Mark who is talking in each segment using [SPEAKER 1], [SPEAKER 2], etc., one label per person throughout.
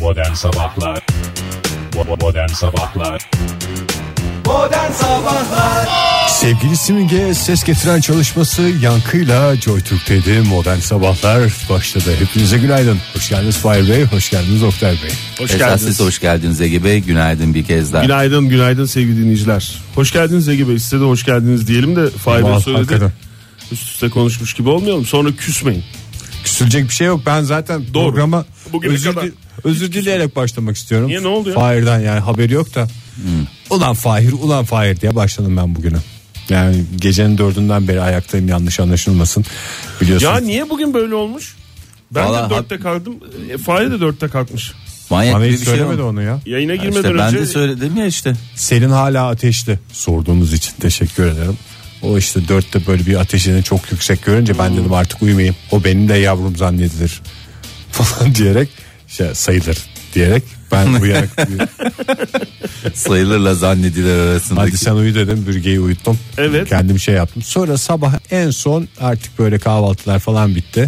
[SPEAKER 1] Modern Sabahlar Bo- Modern Sabahlar
[SPEAKER 2] Sevgili Simge ses getiren çalışması yankıyla JoyTürk'teydi. Modern Sabahlar başladı. Hepinize günaydın. Hoş geldiniz Fahir Bey, hoş geldiniz Oktay Bey.
[SPEAKER 3] Hoş geldiniz. Siz hoş geldiniz Ege Bey. Günaydın bir kez daha.
[SPEAKER 4] Günaydın günaydın sevgili dinleyiciler. Hoş geldiniz Ege Bey size de hoş geldiniz diyelim de Fahir Bey
[SPEAKER 2] Vallahi
[SPEAKER 4] söyledi.
[SPEAKER 2] hakikaten.
[SPEAKER 4] Üst üste konuşmuş gibi olmayalım sonra küsmeyin.
[SPEAKER 2] Küsülecek bir şey yok. Ben zaten
[SPEAKER 4] Doğru.
[SPEAKER 2] programa
[SPEAKER 4] Bugüne
[SPEAKER 2] özür,
[SPEAKER 4] kadar.
[SPEAKER 2] di- özür dileyerek başlamak istiyorum.
[SPEAKER 4] Niye, ne oldu ya?
[SPEAKER 2] Fahir'den yani haberi yok da.
[SPEAKER 3] Hmm.
[SPEAKER 2] Ulan Fahir, ulan Fahir diye başladım ben bugüne. Yani gecenin dördünden beri ayaktayım yanlış anlaşılmasın. Biliyorsun.
[SPEAKER 4] Ya niye bugün böyle olmuş? Ben
[SPEAKER 3] Vallahi
[SPEAKER 4] de dörtte kaldım. E, Fahir de dörtte kalkmış.
[SPEAKER 3] Manyak
[SPEAKER 2] Bana
[SPEAKER 3] gibi
[SPEAKER 2] hiç
[SPEAKER 3] bir şey
[SPEAKER 2] söylemedi
[SPEAKER 3] oldu.
[SPEAKER 2] onu ya.
[SPEAKER 4] Yayına
[SPEAKER 3] Ya
[SPEAKER 4] girmeden
[SPEAKER 3] işte ben
[SPEAKER 4] önce
[SPEAKER 3] de söyledim ya işte.
[SPEAKER 2] Selin hala ateşli. Sorduğunuz için teşekkür ederim. O işte dörtte böyle bir ateşini çok yüksek görünce ben dedim artık uyumayayım. O benim de yavrum zannedilir falan diyerek şey sayılır diyerek ben uyarak
[SPEAKER 3] Sayılırla zannediler arasındaki.
[SPEAKER 2] hadi sen uyu dedim bürgeyi uyuttum.
[SPEAKER 4] Evet.
[SPEAKER 2] Kendim şey yaptım. Sonra sabah en son artık böyle kahvaltılar falan bitti.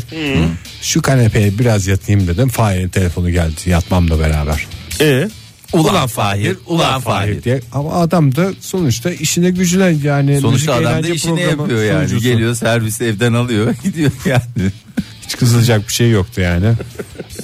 [SPEAKER 2] Şu kanepeye biraz yatayım dedim. Fahir'in telefonu geldi yatmamla beraber.
[SPEAKER 4] E,
[SPEAKER 3] Ulan Fahir, ulan Fahir.
[SPEAKER 2] diye. Ama adam da sonuçta işine gücüne yani
[SPEAKER 3] Sonuçta
[SPEAKER 2] müzik
[SPEAKER 3] adam da
[SPEAKER 2] eğlence
[SPEAKER 3] işini
[SPEAKER 2] programı
[SPEAKER 3] yapıyor yani.
[SPEAKER 2] sunucusu.
[SPEAKER 3] Geliyor servisi evden alıyor gidiyor yani.
[SPEAKER 2] Hiç kızılacak bir şey yoktu yani.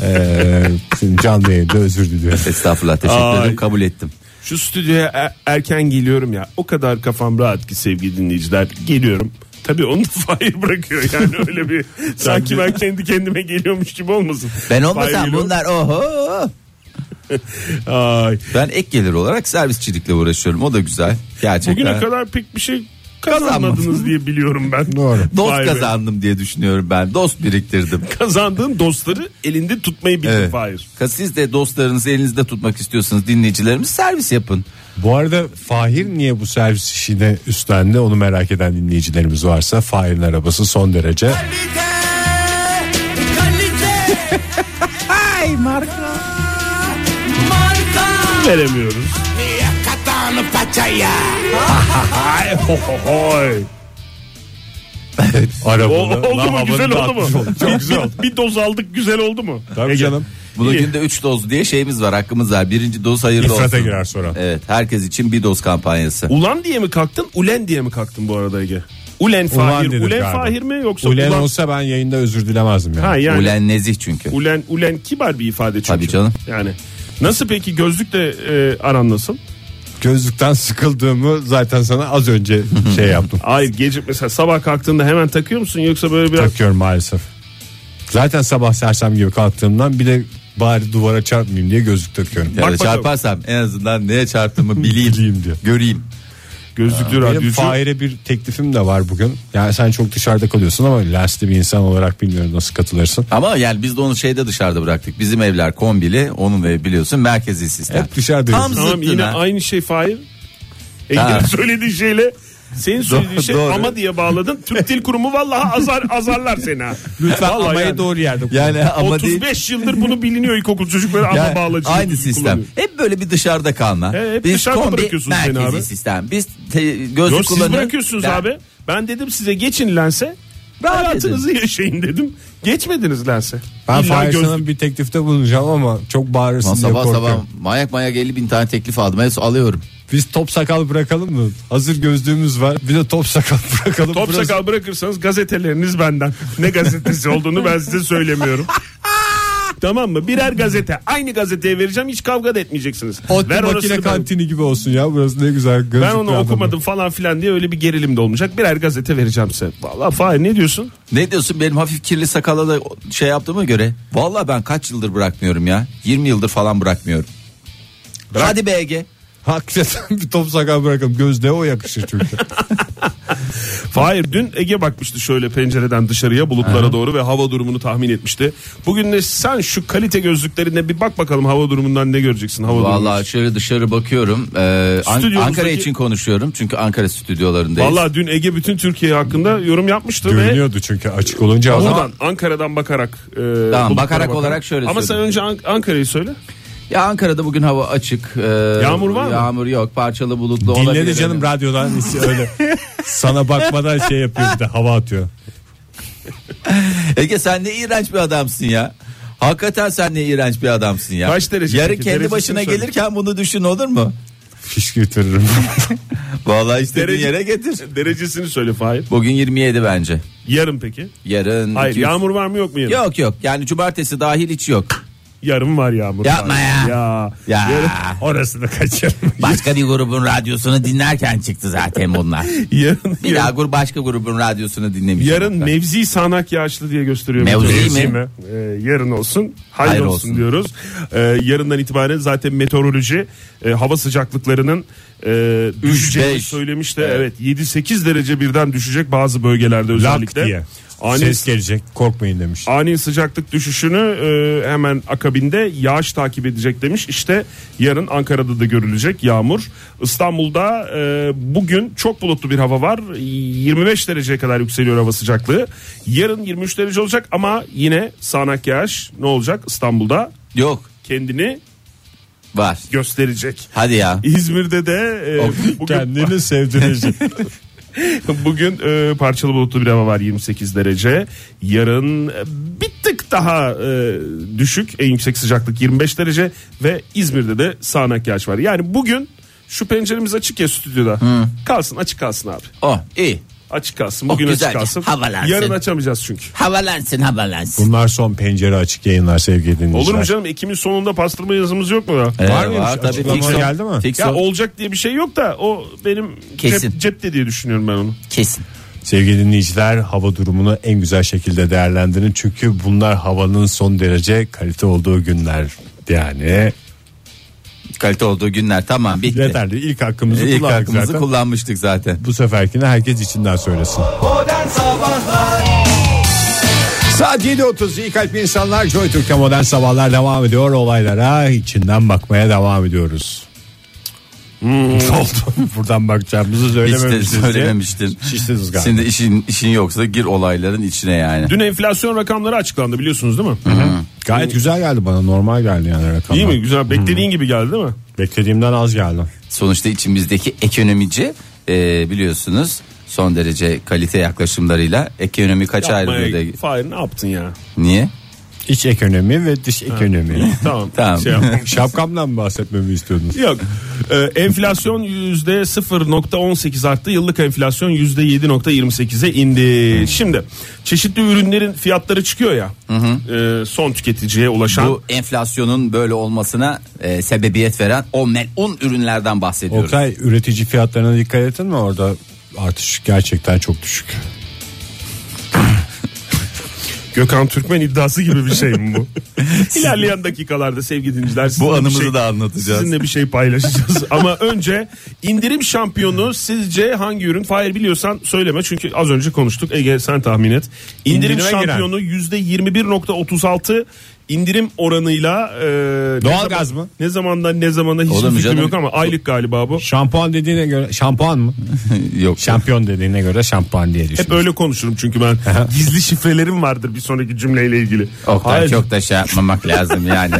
[SPEAKER 2] Ee, şimdi canlı yayında özür diliyorum.
[SPEAKER 3] Estağfurullah teşekkür
[SPEAKER 4] Ay.
[SPEAKER 3] ederim kabul ettim.
[SPEAKER 4] şu stüdyoya er- erken geliyorum ya. O kadar kafam rahat ki sevgili dinleyiciler. Geliyorum. Tabii onu da Fahir bırakıyor yani öyle bir sanki ben kendi kendime geliyormuş gibi olmasın.
[SPEAKER 3] Ben
[SPEAKER 4] Fahir
[SPEAKER 3] olmasam
[SPEAKER 4] geliyor.
[SPEAKER 3] bunlar oho.
[SPEAKER 4] Ay.
[SPEAKER 3] Ben ek gelir olarak servisçilikle uğraşıyorum o da güzel. Gerçekten.
[SPEAKER 4] Bugüne kadar pek bir şey
[SPEAKER 3] Kazanmadım.
[SPEAKER 4] kazanmadınız diye biliyorum ben.
[SPEAKER 2] Doğru.
[SPEAKER 3] Dost
[SPEAKER 4] Vay be.
[SPEAKER 3] kazandım diye düşünüyorum ben. Dost biriktirdim.
[SPEAKER 4] Kazandığın dostları elinde tutmayı bildin
[SPEAKER 3] Evet.
[SPEAKER 4] Fahir.
[SPEAKER 3] Ka- Siz de dostlarınızı elinizde tutmak istiyorsanız dinleyicilerimiz servis yapın.
[SPEAKER 2] Bu arada Fahir niye bu servis işine üstlendi onu merak eden dinleyicilerimiz varsa Fahir'in arabası son derece
[SPEAKER 4] Veremiyoruz. Ay, ho, ho, hoy. O,
[SPEAKER 2] arabalı.
[SPEAKER 4] oldu mu
[SPEAKER 2] lahavanın
[SPEAKER 4] güzel oldu
[SPEAKER 2] dağıtmış
[SPEAKER 4] mu?
[SPEAKER 2] Çok
[SPEAKER 4] Bir-
[SPEAKER 2] güzel oldu.
[SPEAKER 4] Bir, bir doz aldık güzel oldu mu?
[SPEAKER 2] şey. Tabii
[SPEAKER 4] Ege.
[SPEAKER 2] canım.
[SPEAKER 3] Bugün
[SPEAKER 4] İyi.
[SPEAKER 3] günde 3 doz diye şeyimiz var hakkımız var. Birinci doz hayırlı
[SPEAKER 2] İfrata
[SPEAKER 3] olsun.
[SPEAKER 2] girer sonra.
[SPEAKER 3] Evet herkes için bir doz kampanyası.
[SPEAKER 4] Ulan diye mi kalktın? Ulen diye mi kalktın bu arada Ege? Ulen Fahir.
[SPEAKER 2] dedim
[SPEAKER 4] Ulen,
[SPEAKER 2] galiba.
[SPEAKER 4] Fahir mi yoksa
[SPEAKER 2] Ulen
[SPEAKER 4] Ulan?
[SPEAKER 2] olsa ben yayında özür dilemezdim yani.
[SPEAKER 4] Ha, yani, ulen.
[SPEAKER 3] Ulen nezih çünkü.
[SPEAKER 4] ulen. kibar bir ifade çünkü.
[SPEAKER 3] Tabii canım.
[SPEAKER 4] Yani nasıl peki gözlükle e, aran nasıl?
[SPEAKER 2] Gözlükten sıkıldığımı zaten sana az önce şey yaptım.
[SPEAKER 4] Hayır gece mesela sabah kalktığında hemen takıyor musun yoksa böyle biraz
[SPEAKER 2] Takıyorum maalesef. Zaten sabah sersem gibi kalktığımdan bir de bari duvara çarpmayayım diye gözlük takıyorum.
[SPEAKER 3] Ya da
[SPEAKER 4] bakalım.
[SPEAKER 3] çarparsam en azından neye çarptığımı bileyim.
[SPEAKER 2] Bileyim diye.
[SPEAKER 3] Göreyim.
[SPEAKER 4] gözlüklü
[SPEAKER 2] Benim
[SPEAKER 4] radyocu?
[SPEAKER 2] Fahir'e bir teklifim de var bugün. Yani sen çok dışarıda kalıyorsun ama lastli bir insan olarak bilmiyorum nasıl katılırsın.
[SPEAKER 3] Ama yani biz de onu şeyde dışarıda bıraktık. Bizim evler kombili onun evi biliyorsun merkezi sistem.
[SPEAKER 2] Hep dışarıdayız.
[SPEAKER 3] Tam
[SPEAKER 4] Tamam
[SPEAKER 3] zıttın
[SPEAKER 4] yine
[SPEAKER 3] ha.
[SPEAKER 4] aynı şey Fahir.
[SPEAKER 3] Ha.
[SPEAKER 4] Ege'nin söylediği şeyle senin söylediğin şey
[SPEAKER 3] doğru.
[SPEAKER 4] ama diye bağladın. Türk Dil Kurumu vallahi azar azarlar seni ha.
[SPEAKER 2] Lütfen
[SPEAKER 4] Vallahi
[SPEAKER 2] amayı
[SPEAKER 4] yani.
[SPEAKER 2] doğru yerde kullan.
[SPEAKER 3] Yani ama değil.
[SPEAKER 4] 35 yıldır bunu biliniyor ilkokul çocukları ama
[SPEAKER 3] Yani
[SPEAKER 4] bağlacı.
[SPEAKER 3] aynı
[SPEAKER 4] ilkokul
[SPEAKER 3] sistem.
[SPEAKER 4] kullanıyor.
[SPEAKER 3] Hep böyle bir dışarıda kalma.
[SPEAKER 4] He, hep dışarıda bırakıyorsunuz beni
[SPEAKER 3] merkezi
[SPEAKER 4] abi.
[SPEAKER 3] sistem. Biz te, gözlük
[SPEAKER 4] Yok, siz
[SPEAKER 3] kullanın.
[SPEAKER 4] bırakıyorsunuz
[SPEAKER 3] Ben-
[SPEAKER 4] abi. Ben dedim size geçin lense.
[SPEAKER 3] Rahat
[SPEAKER 4] Hayatınızı yaşayın dedim. Geçmediniz lense.
[SPEAKER 2] Ben
[SPEAKER 4] İlla
[SPEAKER 2] Fahir
[SPEAKER 4] göz-
[SPEAKER 2] sana bir teklifte bulunacağım ama çok bağırırsın
[SPEAKER 3] Lan
[SPEAKER 2] diye
[SPEAKER 3] sabah
[SPEAKER 2] korkuyorum.
[SPEAKER 3] sabah manyak manyak 50 bin tane teklif aldım. Hepsi alıyorum.
[SPEAKER 2] Biz top sakal bırakalım mı? Hazır gözlüğümüz var. Bir de top sakal bırakalım.
[SPEAKER 4] Top
[SPEAKER 2] Burası-
[SPEAKER 4] sakal bırakırsanız gazeteleriniz benden. Ne gazetesi olduğunu ben size söylemiyorum. tamam mı? Birer gazete. Aynı gazeteye vereceğim. Hiç kavga da etmeyeceksiniz.
[SPEAKER 2] Otlu
[SPEAKER 4] Ver orasını
[SPEAKER 2] makine
[SPEAKER 4] ben-
[SPEAKER 2] kantini gibi olsun ya. Burası ne güzel. gözlüklü
[SPEAKER 4] Ben onu
[SPEAKER 2] adamı.
[SPEAKER 4] okumadım falan filan diye öyle bir gerilim de olmayacak. Birer gazete vereceğim size. Vallahi Fahir ne diyorsun?
[SPEAKER 3] Ne diyorsun benim hafif kirli sakala da şey yaptığıma göre. Valla ben kaç yıldır bırakmıyorum ya. 20 yıldır falan bırakmıyorum. Hadi BG.
[SPEAKER 2] Hakikaten bir top sakal bırakalım. Gözde o yakışır çünkü.
[SPEAKER 4] Fahir dün Ege bakmıştı şöyle pencereden dışarıya bulutlara doğru ve hava durumunu tahmin etmişti. Bugün de sen şu kalite gözlüklerine bir bak bakalım hava durumundan ne göreceksin hava
[SPEAKER 3] Valla
[SPEAKER 4] durumundan.
[SPEAKER 3] şöyle dışarı bakıyorum. Ee, An-
[SPEAKER 4] Stüdyomuzdaki-
[SPEAKER 3] Ankara için konuşuyorum. Çünkü Ankara stüdyolarındayız.
[SPEAKER 4] Vallahi dün Ege bütün Türkiye hakkında yorum yapmıştı ve
[SPEAKER 2] Görünüyordu çünkü açık olunca. o zaman-
[SPEAKER 4] Buradan Ankara'dan bakarak.
[SPEAKER 3] bakarak
[SPEAKER 4] E, bulutlara
[SPEAKER 3] olarak şöyle
[SPEAKER 4] Ama sen
[SPEAKER 3] söyleyeyim.
[SPEAKER 4] önce Ank- Ankara'yı söyle.
[SPEAKER 3] Ya Ankara'da bugün hava açık. Ee,
[SPEAKER 4] Yağmur var mı?
[SPEAKER 3] Yağmur yok. Parçalı bulutlu
[SPEAKER 2] Dinledi
[SPEAKER 3] olabilir.
[SPEAKER 2] canım radyodan öyle. Sana bakmadan şey yapıyor bir de hava atıyor.
[SPEAKER 3] Ege sen ne iğrenç bir adamsın ya. Hakikaten sen ne iğrenç bir adamsın ya.
[SPEAKER 4] Kaç derece
[SPEAKER 3] Yarın
[SPEAKER 4] peki?
[SPEAKER 3] kendi
[SPEAKER 4] Derecesini
[SPEAKER 3] başına
[SPEAKER 4] söyle.
[SPEAKER 3] gelirken bunu düşün olur mu?
[SPEAKER 2] Fiş götürürüm.
[SPEAKER 3] Vallahi istediğin
[SPEAKER 4] Derece-
[SPEAKER 3] yere getir.
[SPEAKER 4] Derecesini söyle Fahir.
[SPEAKER 3] Bugün 27 bence.
[SPEAKER 4] Yarın peki?
[SPEAKER 3] Yarın
[SPEAKER 4] Hayır
[SPEAKER 3] 200
[SPEAKER 4] yağmur var mı yok mu yarın?
[SPEAKER 3] Yok yok yani cumartesi dahil hiç yok.
[SPEAKER 4] Yarın var yağmur.
[SPEAKER 3] Yapma ya.
[SPEAKER 4] Ya.
[SPEAKER 3] Ya.
[SPEAKER 4] Yarın, orasını kaçırma.
[SPEAKER 3] Başka bir grubun radyosunu dinlerken çıktı zaten bunlar.
[SPEAKER 4] yarın,
[SPEAKER 3] Bir daha
[SPEAKER 4] yarın,
[SPEAKER 3] grup başka grubun radyosunu dinlemeyeceğim.
[SPEAKER 4] yarın mevzi sanak yağışlı diye gösteriyor.
[SPEAKER 3] Mevzi
[SPEAKER 4] meteoroloji.
[SPEAKER 3] mi?
[SPEAKER 4] Ee, yarın olsun. Hayır,
[SPEAKER 3] Hayır
[SPEAKER 4] olsun,
[SPEAKER 3] olsun.
[SPEAKER 4] diyoruz. Ee, yarından itibaren zaten meteoroloji e, hava sıcaklıklarının e, düşeceğini
[SPEAKER 3] beş.
[SPEAKER 4] söylemişti.
[SPEAKER 3] Evet.
[SPEAKER 4] Evet. 7-8 derece birden düşecek bazı bölgelerde
[SPEAKER 2] Lak
[SPEAKER 4] özellikle.
[SPEAKER 2] diye.
[SPEAKER 4] Ani
[SPEAKER 2] Ses gelecek korkmayın demiş.
[SPEAKER 4] ani sıcaklık düşüşünü e, hemen akabinde yağış takip edecek demiş. İşte yarın Ankara'da da görülecek yağmur. İstanbul'da e, bugün çok bulutlu bir hava var. 25 dereceye kadar yükseliyor hava sıcaklığı. Yarın 23 derece olacak ama yine sağanak yağış ne olacak İstanbul'da
[SPEAKER 3] Yok
[SPEAKER 4] kendini
[SPEAKER 3] var.
[SPEAKER 4] gösterecek.
[SPEAKER 3] Hadi ya.
[SPEAKER 4] İzmir'de de e, bugün
[SPEAKER 2] Kendini sevdirecek.
[SPEAKER 4] Bugün e, parçalı bulutlu bir hava var 28 derece. Yarın e, bir tık daha e, düşük en yüksek sıcaklık 25 derece ve İzmir'de de sağanak yağış var. Yani bugün şu penceremiz açık ya stüdyoda. Kalsın açık kalsın abi.
[SPEAKER 3] Oh iyi.
[SPEAKER 4] Açık kalsın. Bugün
[SPEAKER 3] Oh,
[SPEAKER 4] açık
[SPEAKER 3] güzel.
[SPEAKER 4] kalsın.
[SPEAKER 3] Havalansın.
[SPEAKER 4] Yarın açamayacağız çünkü.
[SPEAKER 3] Havalansın havalansın.
[SPEAKER 2] Bunlar son pencere açık yayınlar sevgili dinleyiciler.
[SPEAKER 4] Olur mu canım? Ekim'in sonunda pastırma yazımız yok mu ya?
[SPEAKER 3] Ee,
[SPEAKER 2] Var mıymış?
[SPEAKER 3] tabii,
[SPEAKER 2] Açıklama
[SPEAKER 3] fix o.
[SPEAKER 2] geldi mi?
[SPEAKER 3] Fix
[SPEAKER 4] Ya
[SPEAKER 3] o.
[SPEAKER 4] olacak diye bir şey yok da o benim
[SPEAKER 3] Kesin.
[SPEAKER 4] cep, cepte diye düşünüyorum ben onu.
[SPEAKER 3] Kesin.
[SPEAKER 2] Sevgili dinleyiciler hava durumunu en güzel şekilde değerlendirin. Çünkü bunlar havanın son derece kalite olduğu günler. Yani
[SPEAKER 3] Kalite olduğu günler tamam bitti.
[SPEAKER 2] yeterli ilk hakkımızı
[SPEAKER 3] İlk
[SPEAKER 2] kullandık
[SPEAKER 3] hakkımızı
[SPEAKER 2] zaten.
[SPEAKER 3] kullanmıştık zaten.
[SPEAKER 2] Bu seferkine herkes içinden söylesin. Saat 7.30 iyi kalp insanlar Joy Türk'te modern sabahlar devam ediyor Olaylara içinden bakmaya devam ediyoruz
[SPEAKER 4] Hmm.
[SPEAKER 2] Ne oldu? Buradan bakacağımızı
[SPEAKER 3] Hiç de
[SPEAKER 2] söylememiştiniz
[SPEAKER 3] söylememiştin.
[SPEAKER 2] Şiştiniz galiba
[SPEAKER 3] Şimdi işin, işin yoksa gir olayların içine yani.
[SPEAKER 4] Dün enflasyon rakamları açıklandı biliyorsunuz değil mi?
[SPEAKER 2] Gayet güzel geldi bana normal geldi yani rakamlar
[SPEAKER 4] İyi mi? Güzel. Beklediğin gibi geldi değil mi?
[SPEAKER 2] Beklediğimden az geldi
[SPEAKER 3] Sonuçta içimizdeki ekonomici e, biliyorsunuz son derece kalite yaklaşımlarıyla ekonomi kaç ayrılıyor?
[SPEAKER 4] Yapmaya- Fahir ne yaptın ya?
[SPEAKER 3] Niye?
[SPEAKER 2] İç ekonomi ve dış ekonomi
[SPEAKER 4] tamam.
[SPEAKER 3] Tamam.
[SPEAKER 4] Şey yapma.
[SPEAKER 2] Şapkamdan mı bahsetmemi istiyordunuz?
[SPEAKER 4] Yok. Ee, enflasyon yüzde 0.18 arttı. Yıllık enflasyon yüzde 7.28'e indi. Şimdi çeşitli ürünlerin fiyatları çıkıyor ya. Ee, son tüketiciye ulaşan.
[SPEAKER 3] Bu enflasyonun böyle olmasına e, sebebiyet veren o melun ürünlerden bahsediyoruz.
[SPEAKER 2] Oktay üretici fiyatlarına dikkat ettin mi orada artış gerçekten çok düşük
[SPEAKER 4] Gökhan Türkmen iddiası gibi bir şey mi bu? İlerleyen dakikalarda sevgili dinleyiciler sizinle bir
[SPEAKER 3] anımızı da anlatacağız.
[SPEAKER 4] Sizinle bir şey paylaşacağız. Ama önce indirim şampiyonu sizce hangi ürün? Fahir biliyorsan söyleme çünkü az önce konuştuk. Ege sen tahmin et. İndirim
[SPEAKER 2] İndirime giren.
[SPEAKER 4] şampiyonu %21.36 indirim oranıyla e, ne
[SPEAKER 2] Doğal
[SPEAKER 4] zaman-
[SPEAKER 2] gaz mı?
[SPEAKER 4] Ne zamandan ne zamana hiç
[SPEAKER 3] Olur mu
[SPEAKER 4] fikrim
[SPEAKER 3] canım?
[SPEAKER 4] yok ama aylık galiba bu.
[SPEAKER 2] Şampuan dediğine göre şampuan mı?
[SPEAKER 3] Yok.
[SPEAKER 2] Şampiyon dediğine göre şampuan diye
[SPEAKER 4] Hep
[SPEAKER 2] düşünüyorum.
[SPEAKER 4] öyle konuşurum çünkü ben gizli şifrelerim vardır bir sonraki cümleyle ilgili.
[SPEAKER 3] Oktay
[SPEAKER 4] Hayır,
[SPEAKER 3] çok da şey yapmamak lazım yani.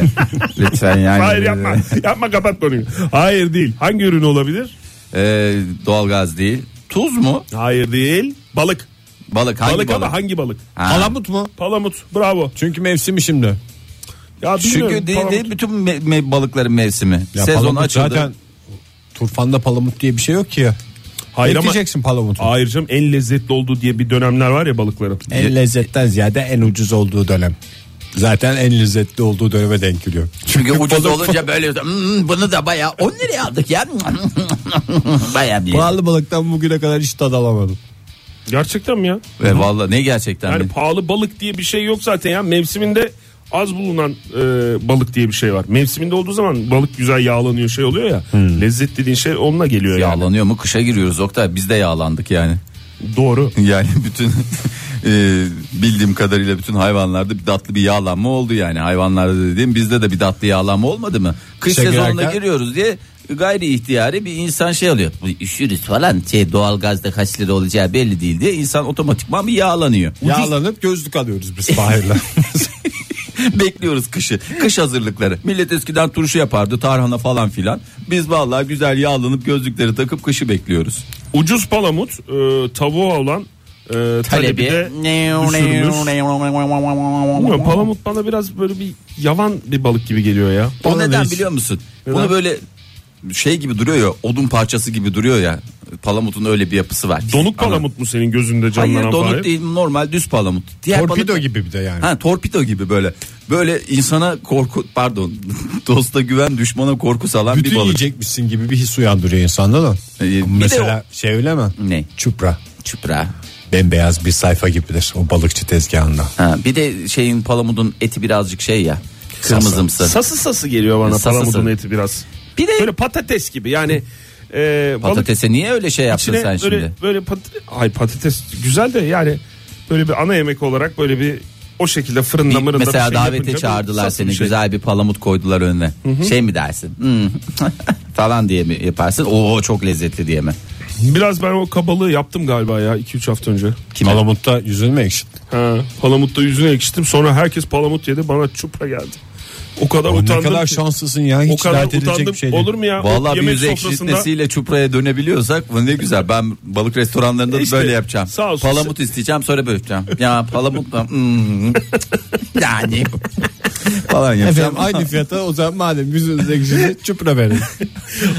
[SPEAKER 3] Lütfen yani.
[SPEAKER 4] Hayır yapma. yapma kapat konuyu. Hayır değil. Hangi ürün olabilir?
[SPEAKER 3] E, doğalgaz değil. Tuz mu?
[SPEAKER 4] Hayır değil. Balık.
[SPEAKER 3] Balık hangi
[SPEAKER 4] Balık,
[SPEAKER 3] balık?
[SPEAKER 4] ama hangi balık?
[SPEAKER 3] Ha.
[SPEAKER 2] Palamut mu?
[SPEAKER 4] Palamut. Bravo.
[SPEAKER 2] Çünkü mevsimi şimdi.
[SPEAKER 4] Ya bilmiyorum.
[SPEAKER 3] Çünkü değil,
[SPEAKER 4] palamut.
[SPEAKER 3] değil bütün me- me- balıkların mevsimi.
[SPEAKER 2] Ya
[SPEAKER 3] Sezon
[SPEAKER 2] palamut
[SPEAKER 3] açıldı.
[SPEAKER 2] Zaten turfanda palamut diye bir şey yok ki ya.
[SPEAKER 4] Hayır ama-
[SPEAKER 2] Bekleyeceksin palamutu.
[SPEAKER 4] Hayır canım en lezzetli olduğu diye bir dönemler var ya balıkların.
[SPEAKER 3] E-
[SPEAKER 2] En lezzetten ziyade en ucuz olduğu dönem. Zaten en lezzetli olduğu döneme denk geliyor.
[SPEAKER 3] Çünkü ucuz olunca böyle "Hmm, bunu da bayağı 10 liraya aldık ya. bayağı bir.
[SPEAKER 2] Pahalı balıktan bugüne kadar hiç tad alamadım.
[SPEAKER 4] Gerçekten mi ya?
[SPEAKER 3] Ve valla E, ne gerçekten
[SPEAKER 4] Yani
[SPEAKER 3] mi?
[SPEAKER 4] pahalı balık diye bir şey yok zaten ya. Mevsiminde az bulunan e, balık diye bir şey var. Mevsiminde olduğu zaman balık güzel yağlanıyor şey oluyor ya.
[SPEAKER 3] Hmm.
[SPEAKER 4] Lezzet dediğin şey onunla geliyor yani.
[SPEAKER 3] Yağlanıyor mu? Kışa giriyoruz Oktay. Biz de yağlandık yani.
[SPEAKER 4] Doğru.
[SPEAKER 3] Yani bütün e, bildiğim kadarıyla bütün hayvanlarda bir tatlı bir yağlanma oldu yani. Hayvanlarda dediğim bizde de bir tatlı yağlanma olmadı mı? Kış
[SPEAKER 2] Kışa
[SPEAKER 3] sezonuna
[SPEAKER 2] girerken-
[SPEAKER 3] giriyoruz diye gayri ihtiyari bir insan şey alıyor. Bu Üşürüz falan şey doğalgazda kaç lira olacağı belli değil diye insan otomatikman bir yağlanıyor.
[SPEAKER 2] Yağlanıp gözlük alıyoruz biz Fahir'le.
[SPEAKER 3] Bekliyoruz kışı. Kış hazırlıkları. Millet eskiden turşu yapardı, tarhana falan filan. Biz vallahi güzel yağlanıp gözlükleri takıp kışı bekliyoruz.
[SPEAKER 4] Ucuz palamut e, tavuğa olan e, e, talebi de düşürmüş. Bilmiyorum,
[SPEAKER 3] Talebi.
[SPEAKER 4] palamut bana biraz böyle bir yavan bir balık gibi geliyor ya.
[SPEAKER 3] O
[SPEAKER 4] Bana
[SPEAKER 3] neden
[SPEAKER 4] reis.
[SPEAKER 3] biliyor musun?
[SPEAKER 4] Neden?
[SPEAKER 3] Bunu böyle şey gibi duruyor ya odun parçası gibi duruyor ya. Palamutun öyle bir yapısı var.
[SPEAKER 4] Donuk
[SPEAKER 3] Ama-
[SPEAKER 4] palamut mu senin gözünde canlanan
[SPEAKER 3] Hayır donuk
[SPEAKER 4] Fahir?
[SPEAKER 3] değil normal düz palamut. Diğer
[SPEAKER 2] Torpido
[SPEAKER 3] balık-
[SPEAKER 2] gibi bir de yani.
[SPEAKER 3] Ha torpido gibi böyle. Böyle insana korku pardon dosta güven düşmana korku salan
[SPEAKER 2] Bütün
[SPEAKER 3] bir balık.
[SPEAKER 2] yiyecekmişsin gibi bir his uyandırıyor insanda da.
[SPEAKER 3] Ee, bir de
[SPEAKER 2] Mesela şey öyle mi?
[SPEAKER 3] Ne?
[SPEAKER 2] Çupra.
[SPEAKER 3] Çupra.
[SPEAKER 2] Bembeyaz bir sayfa gibidir o balıkçı tezgahında.
[SPEAKER 3] Ha, bir de şeyin palamudun eti birazcık şey ya. Kırmızımsı.
[SPEAKER 4] Sası sası geliyor bana
[SPEAKER 3] E, Sası
[SPEAKER 4] palamutun
[SPEAKER 3] sası.
[SPEAKER 4] eti biraz.
[SPEAKER 3] Bir de
[SPEAKER 4] Böyle patates gibi yani. E, balık
[SPEAKER 3] patatese niye öyle şey yaptın
[SPEAKER 4] içine
[SPEAKER 3] sen
[SPEAKER 4] böyle,
[SPEAKER 3] şimdi?
[SPEAKER 4] Böyle pat Ay patates güzel de yani böyle bir ana yemek olarak böyle bir o şekilde fırında
[SPEAKER 3] Bir-
[SPEAKER 4] mırında bir
[SPEAKER 3] mesela
[SPEAKER 4] şey yapınca
[SPEAKER 3] davete
[SPEAKER 4] bir
[SPEAKER 3] çağırdılar
[SPEAKER 4] sası bir
[SPEAKER 3] seni
[SPEAKER 4] şey.
[SPEAKER 3] güzel bir palamut koydular önüne. Şey mi dersin? Hmm. falan diye mi yaparsın? Oo çok lezzetli diye mi?
[SPEAKER 4] Biraz ben o kabalığı yaptım galiba ya 2-3 hafta önce.
[SPEAKER 3] Kime?
[SPEAKER 2] Malamutta yüzünü mü ekşittin?
[SPEAKER 4] Ha, palamutta yüzüne ekşittim sonra herkes palamut yedi bana çupra geldi. O kadar
[SPEAKER 2] O Ne
[SPEAKER 4] utandım.
[SPEAKER 2] kadar
[SPEAKER 4] ki.
[SPEAKER 2] şanslısın ya
[SPEAKER 4] o
[SPEAKER 2] hiç
[SPEAKER 4] kadar
[SPEAKER 2] dert edilecek
[SPEAKER 4] utandım.
[SPEAKER 2] bir şey değil.
[SPEAKER 4] Olur mu ya? O
[SPEAKER 3] Vallahi bir
[SPEAKER 4] yemek
[SPEAKER 3] yüz
[SPEAKER 4] sofrasında-
[SPEAKER 3] ekşitmesiyle çupraya dönebiliyorsak bu ne güzel. Ben balık restoranlarında da
[SPEAKER 4] İşte,
[SPEAKER 3] böyle yapacağım.
[SPEAKER 4] sağ olsun.
[SPEAKER 3] Palamut isteyeceğim sonra böyle yapacağım. Ya palamut da hmm. yani falan yapacağım.
[SPEAKER 2] Efendim aynı fiyata o zaman madem yüzünüzü ekşittin çupra verin.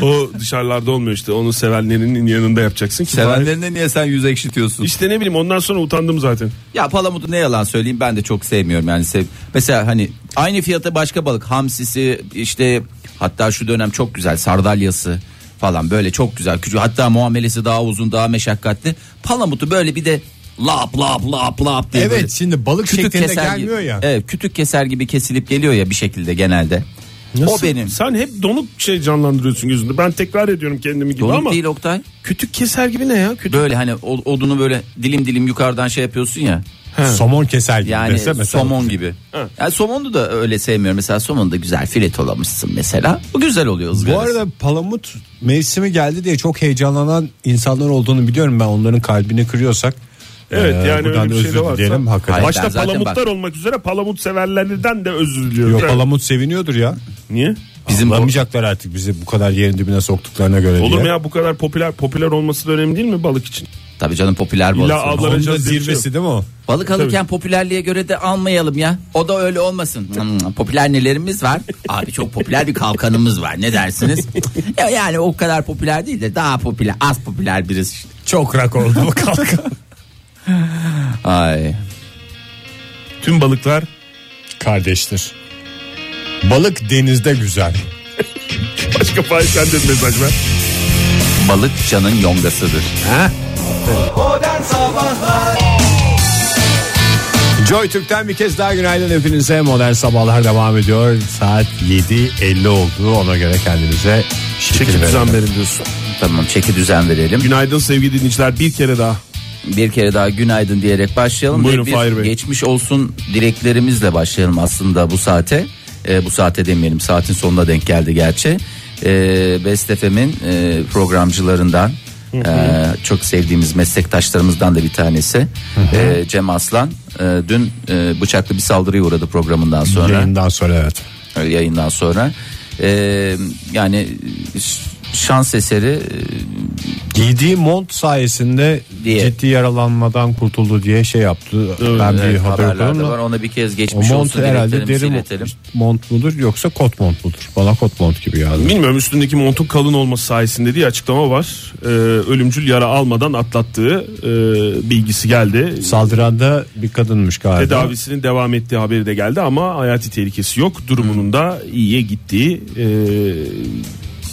[SPEAKER 4] O dışarılarda olmuyor işte. Onu sevenlerinin yanında yapacaksın. Ki
[SPEAKER 3] Sevenlerine niye sen yüz ekşitiyorsun?
[SPEAKER 4] İşte ne bileyim ondan sonra utandım zaten.
[SPEAKER 3] Ya palamudu ne yalan söyleyeyim ben de çok sevmiyorum yani sev. Mesela hani aynı fiyata başka balık hamsisi işte hatta şu dönem çok güzel sardalyası falan böyle çok güzel küçük hatta muamelesi daha uzun daha meşakkatli. Palamutu böyle bir de lap lap lap lap diye böyle
[SPEAKER 2] evet şimdi balık şeklinde
[SPEAKER 3] keser gibi-
[SPEAKER 2] gelmiyor ya.
[SPEAKER 3] Evet kütük keser gibi kesilip geliyor ya bir şekilde genelde. O benim.
[SPEAKER 4] Sen hep donuk şey canlandırıyorsun gözünde. Ben tekrar ediyorum kendimi gibi
[SPEAKER 3] Donuk
[SPEAKER 4] ama.
[SPEAKER 3] değil Oktay.
[SPEAKER 4] Kütük keser gibi ne ya? Kütük.
[SPEAKER 3] Böyle hani o- odunu böyle dilim dilim yukarıdan şey yapıyorsun ya.
[SPEAKER 2] Somon keser gibi
[SPEAKER 3] Yani
[SPEAKER 2] dese mesela.
[SPEAKER 3] somon gibi. Yani somonu da öyle sevmiyorum. Mesela somonu da güzel filetolamışsın mesela. Bu güzel oluyor
[SPEAKER 2] Bu
[SPEAKER 3] ızgarası.
[SPEAKER 2] arada palamut mevsimi geldi diye çok heyecanlanan insanlar olduğunu biliyorum ben onların kalbini kırıyorsak.
[SPEAKER 4] Evet
[SPEAKER 2] eee,
[SPEAKER 4] yani
[SPEAKER 2] buradan
[SPEAKER 4] öyle
[SPEAKER 2] da
[SPEAKER 4] bir şey
[SPEAKER 2] özür
[SPEAKER 4] de varsa.
[SPEAKER 2] dileyelim hakikaten.
[SPEAKER 3] Hayır,
[SPEAKER 4] Başta
[SPEAKER 3] ben zaten
[SPEAKER 4] palamutlar
[SPEAKER 3] bak-
[SPEAKER 4] olmak üzere palamut severlerden de özür diliyorum.
[SPEAKER 2] Yok
[SPEAKER 4] Evet.
[SPEAKER 2] palamut seviniyordur ya.
[SPEAKER 4] Niye?
[SPEAKER 3] Bizim bu-
[SPEAKER 2] Anlamayacaklar artık bizi bu kadar yerin dibine soktuklarına göre
[SPEAKER 4] Olur mu
[SPEAKER 2] diye.
[SPEAKER 4] ya bu kadar popüler popüler olması da önemli değil mi balık için?
[SPEAKER 3] Tabii canım popüler balık.
[SPEAKER 4] İlla avlara-
[SPEAKER 2] Onun da
[SPEAKER 4] Alacağız diye bir şey
[SPEAKER 2] zirvesi değil mi o?
[SPEAKER 3] Balık alırken popülerliğe göre de almayalım ya. O da öyle olmasın. Hmm, popüler nelerimiz var? Abi çok popüler bir kalkanımız var. Ne dersiniz? Ya yani o kadar popüler değil de daha popüler, az popüler birisi. işte.
[SPEAKER 2] Çok rak oldu bu kalkan.
[SPEAKER 3] Ay.
[SPEAKER 4] Tüm balıklar
[SPEAKER 2] Kardeştir. Balık denizde güzel.
[SPEAKER 4] başka faiz sen de mesaj ver.
[SPEAKER 3] Balık canın yongasıdır.
[SPEAKER 2] Joy Türk'ten bir kez daha günaydın hepinize. Modern Sabahlar devam ediyor. Saat 7.50 oldu. Ona göre kendinize şekil
[SPEAKER 4] Çekip
[SPEAKER 2] verin.
[SPEAKER 4] düzen verin diyorsun.
[SPEAKER 3] Tamam çeki düzen verelim.
[SPEAKER 4] Günaydın sevgili dinleyiciler bir kere daha.
[SPEAKER 3] Bir kere daha günaydın diyerek başlayalım.
[SPEAKER 4] Buyurun
[SPEAKER 3] Ve bir
[SPEAKER 4] Fahir Bey.
[SPEAKER 3] Geçmiş olsun dileklerimizle başlayalım aslında bu saate. Ee, bu saate demeyelim saatin sonuna denk geldi gerçi. Ee, Best FM'in e, programcılarından e, çok sevdiğimiz meslektaşlarımızdan da bir tanesi e, Cem Aslan e, dün e, bıçaklı bir saldırıya uğradı programından sonra
[SPEAKER 2] Yayından sonra evet.
[SPEAKER 3] e, yayından sonra. E, yani ş- şans eseri
[SPEAKER 2] Giydiği mont sayesinde
[SPEAKER 3] Diye.
[SPEAKER 2] ciddi yaralanmadan kurtuldu diye şey yaptı. ben bir haber
[SPEAKER 3] e, haberlerde
[SPEAKER 2] okudum
[SPEAKER 3] var
[SPEAKER 2] da.
[SPEAKER 3] ona bir kez
[SPEAKER 2] O
[SPEAKER 3] geçmiş
[SPEAKER 2] mont
[SPEAKER 3] olsun
[SPEAKER 2] herhalde
[SPEAKER 3] dileklerimizi
[SPEAKER 2] deri
[SPEAKER 3] iletelim.
[SPEAKER 2] mont, mont mudur yoksa kot mont mudur? Bana kot mont gibi geldi.
[SPEAKER 4] Bilmiyorum üstündeki montun kalın olması sayesinde diye açıklama var. Ee, ölümcül yara almadan atlattığı e, bilgisi geldi.
[SPEAKER 2] Saldıranda bir kadınmış galiba.
[SPEAKER 4] Tedavisinin devam ettiği haberi de geldi ama hayati tehlikesi yok. Durumunun da iyiye gittiği e,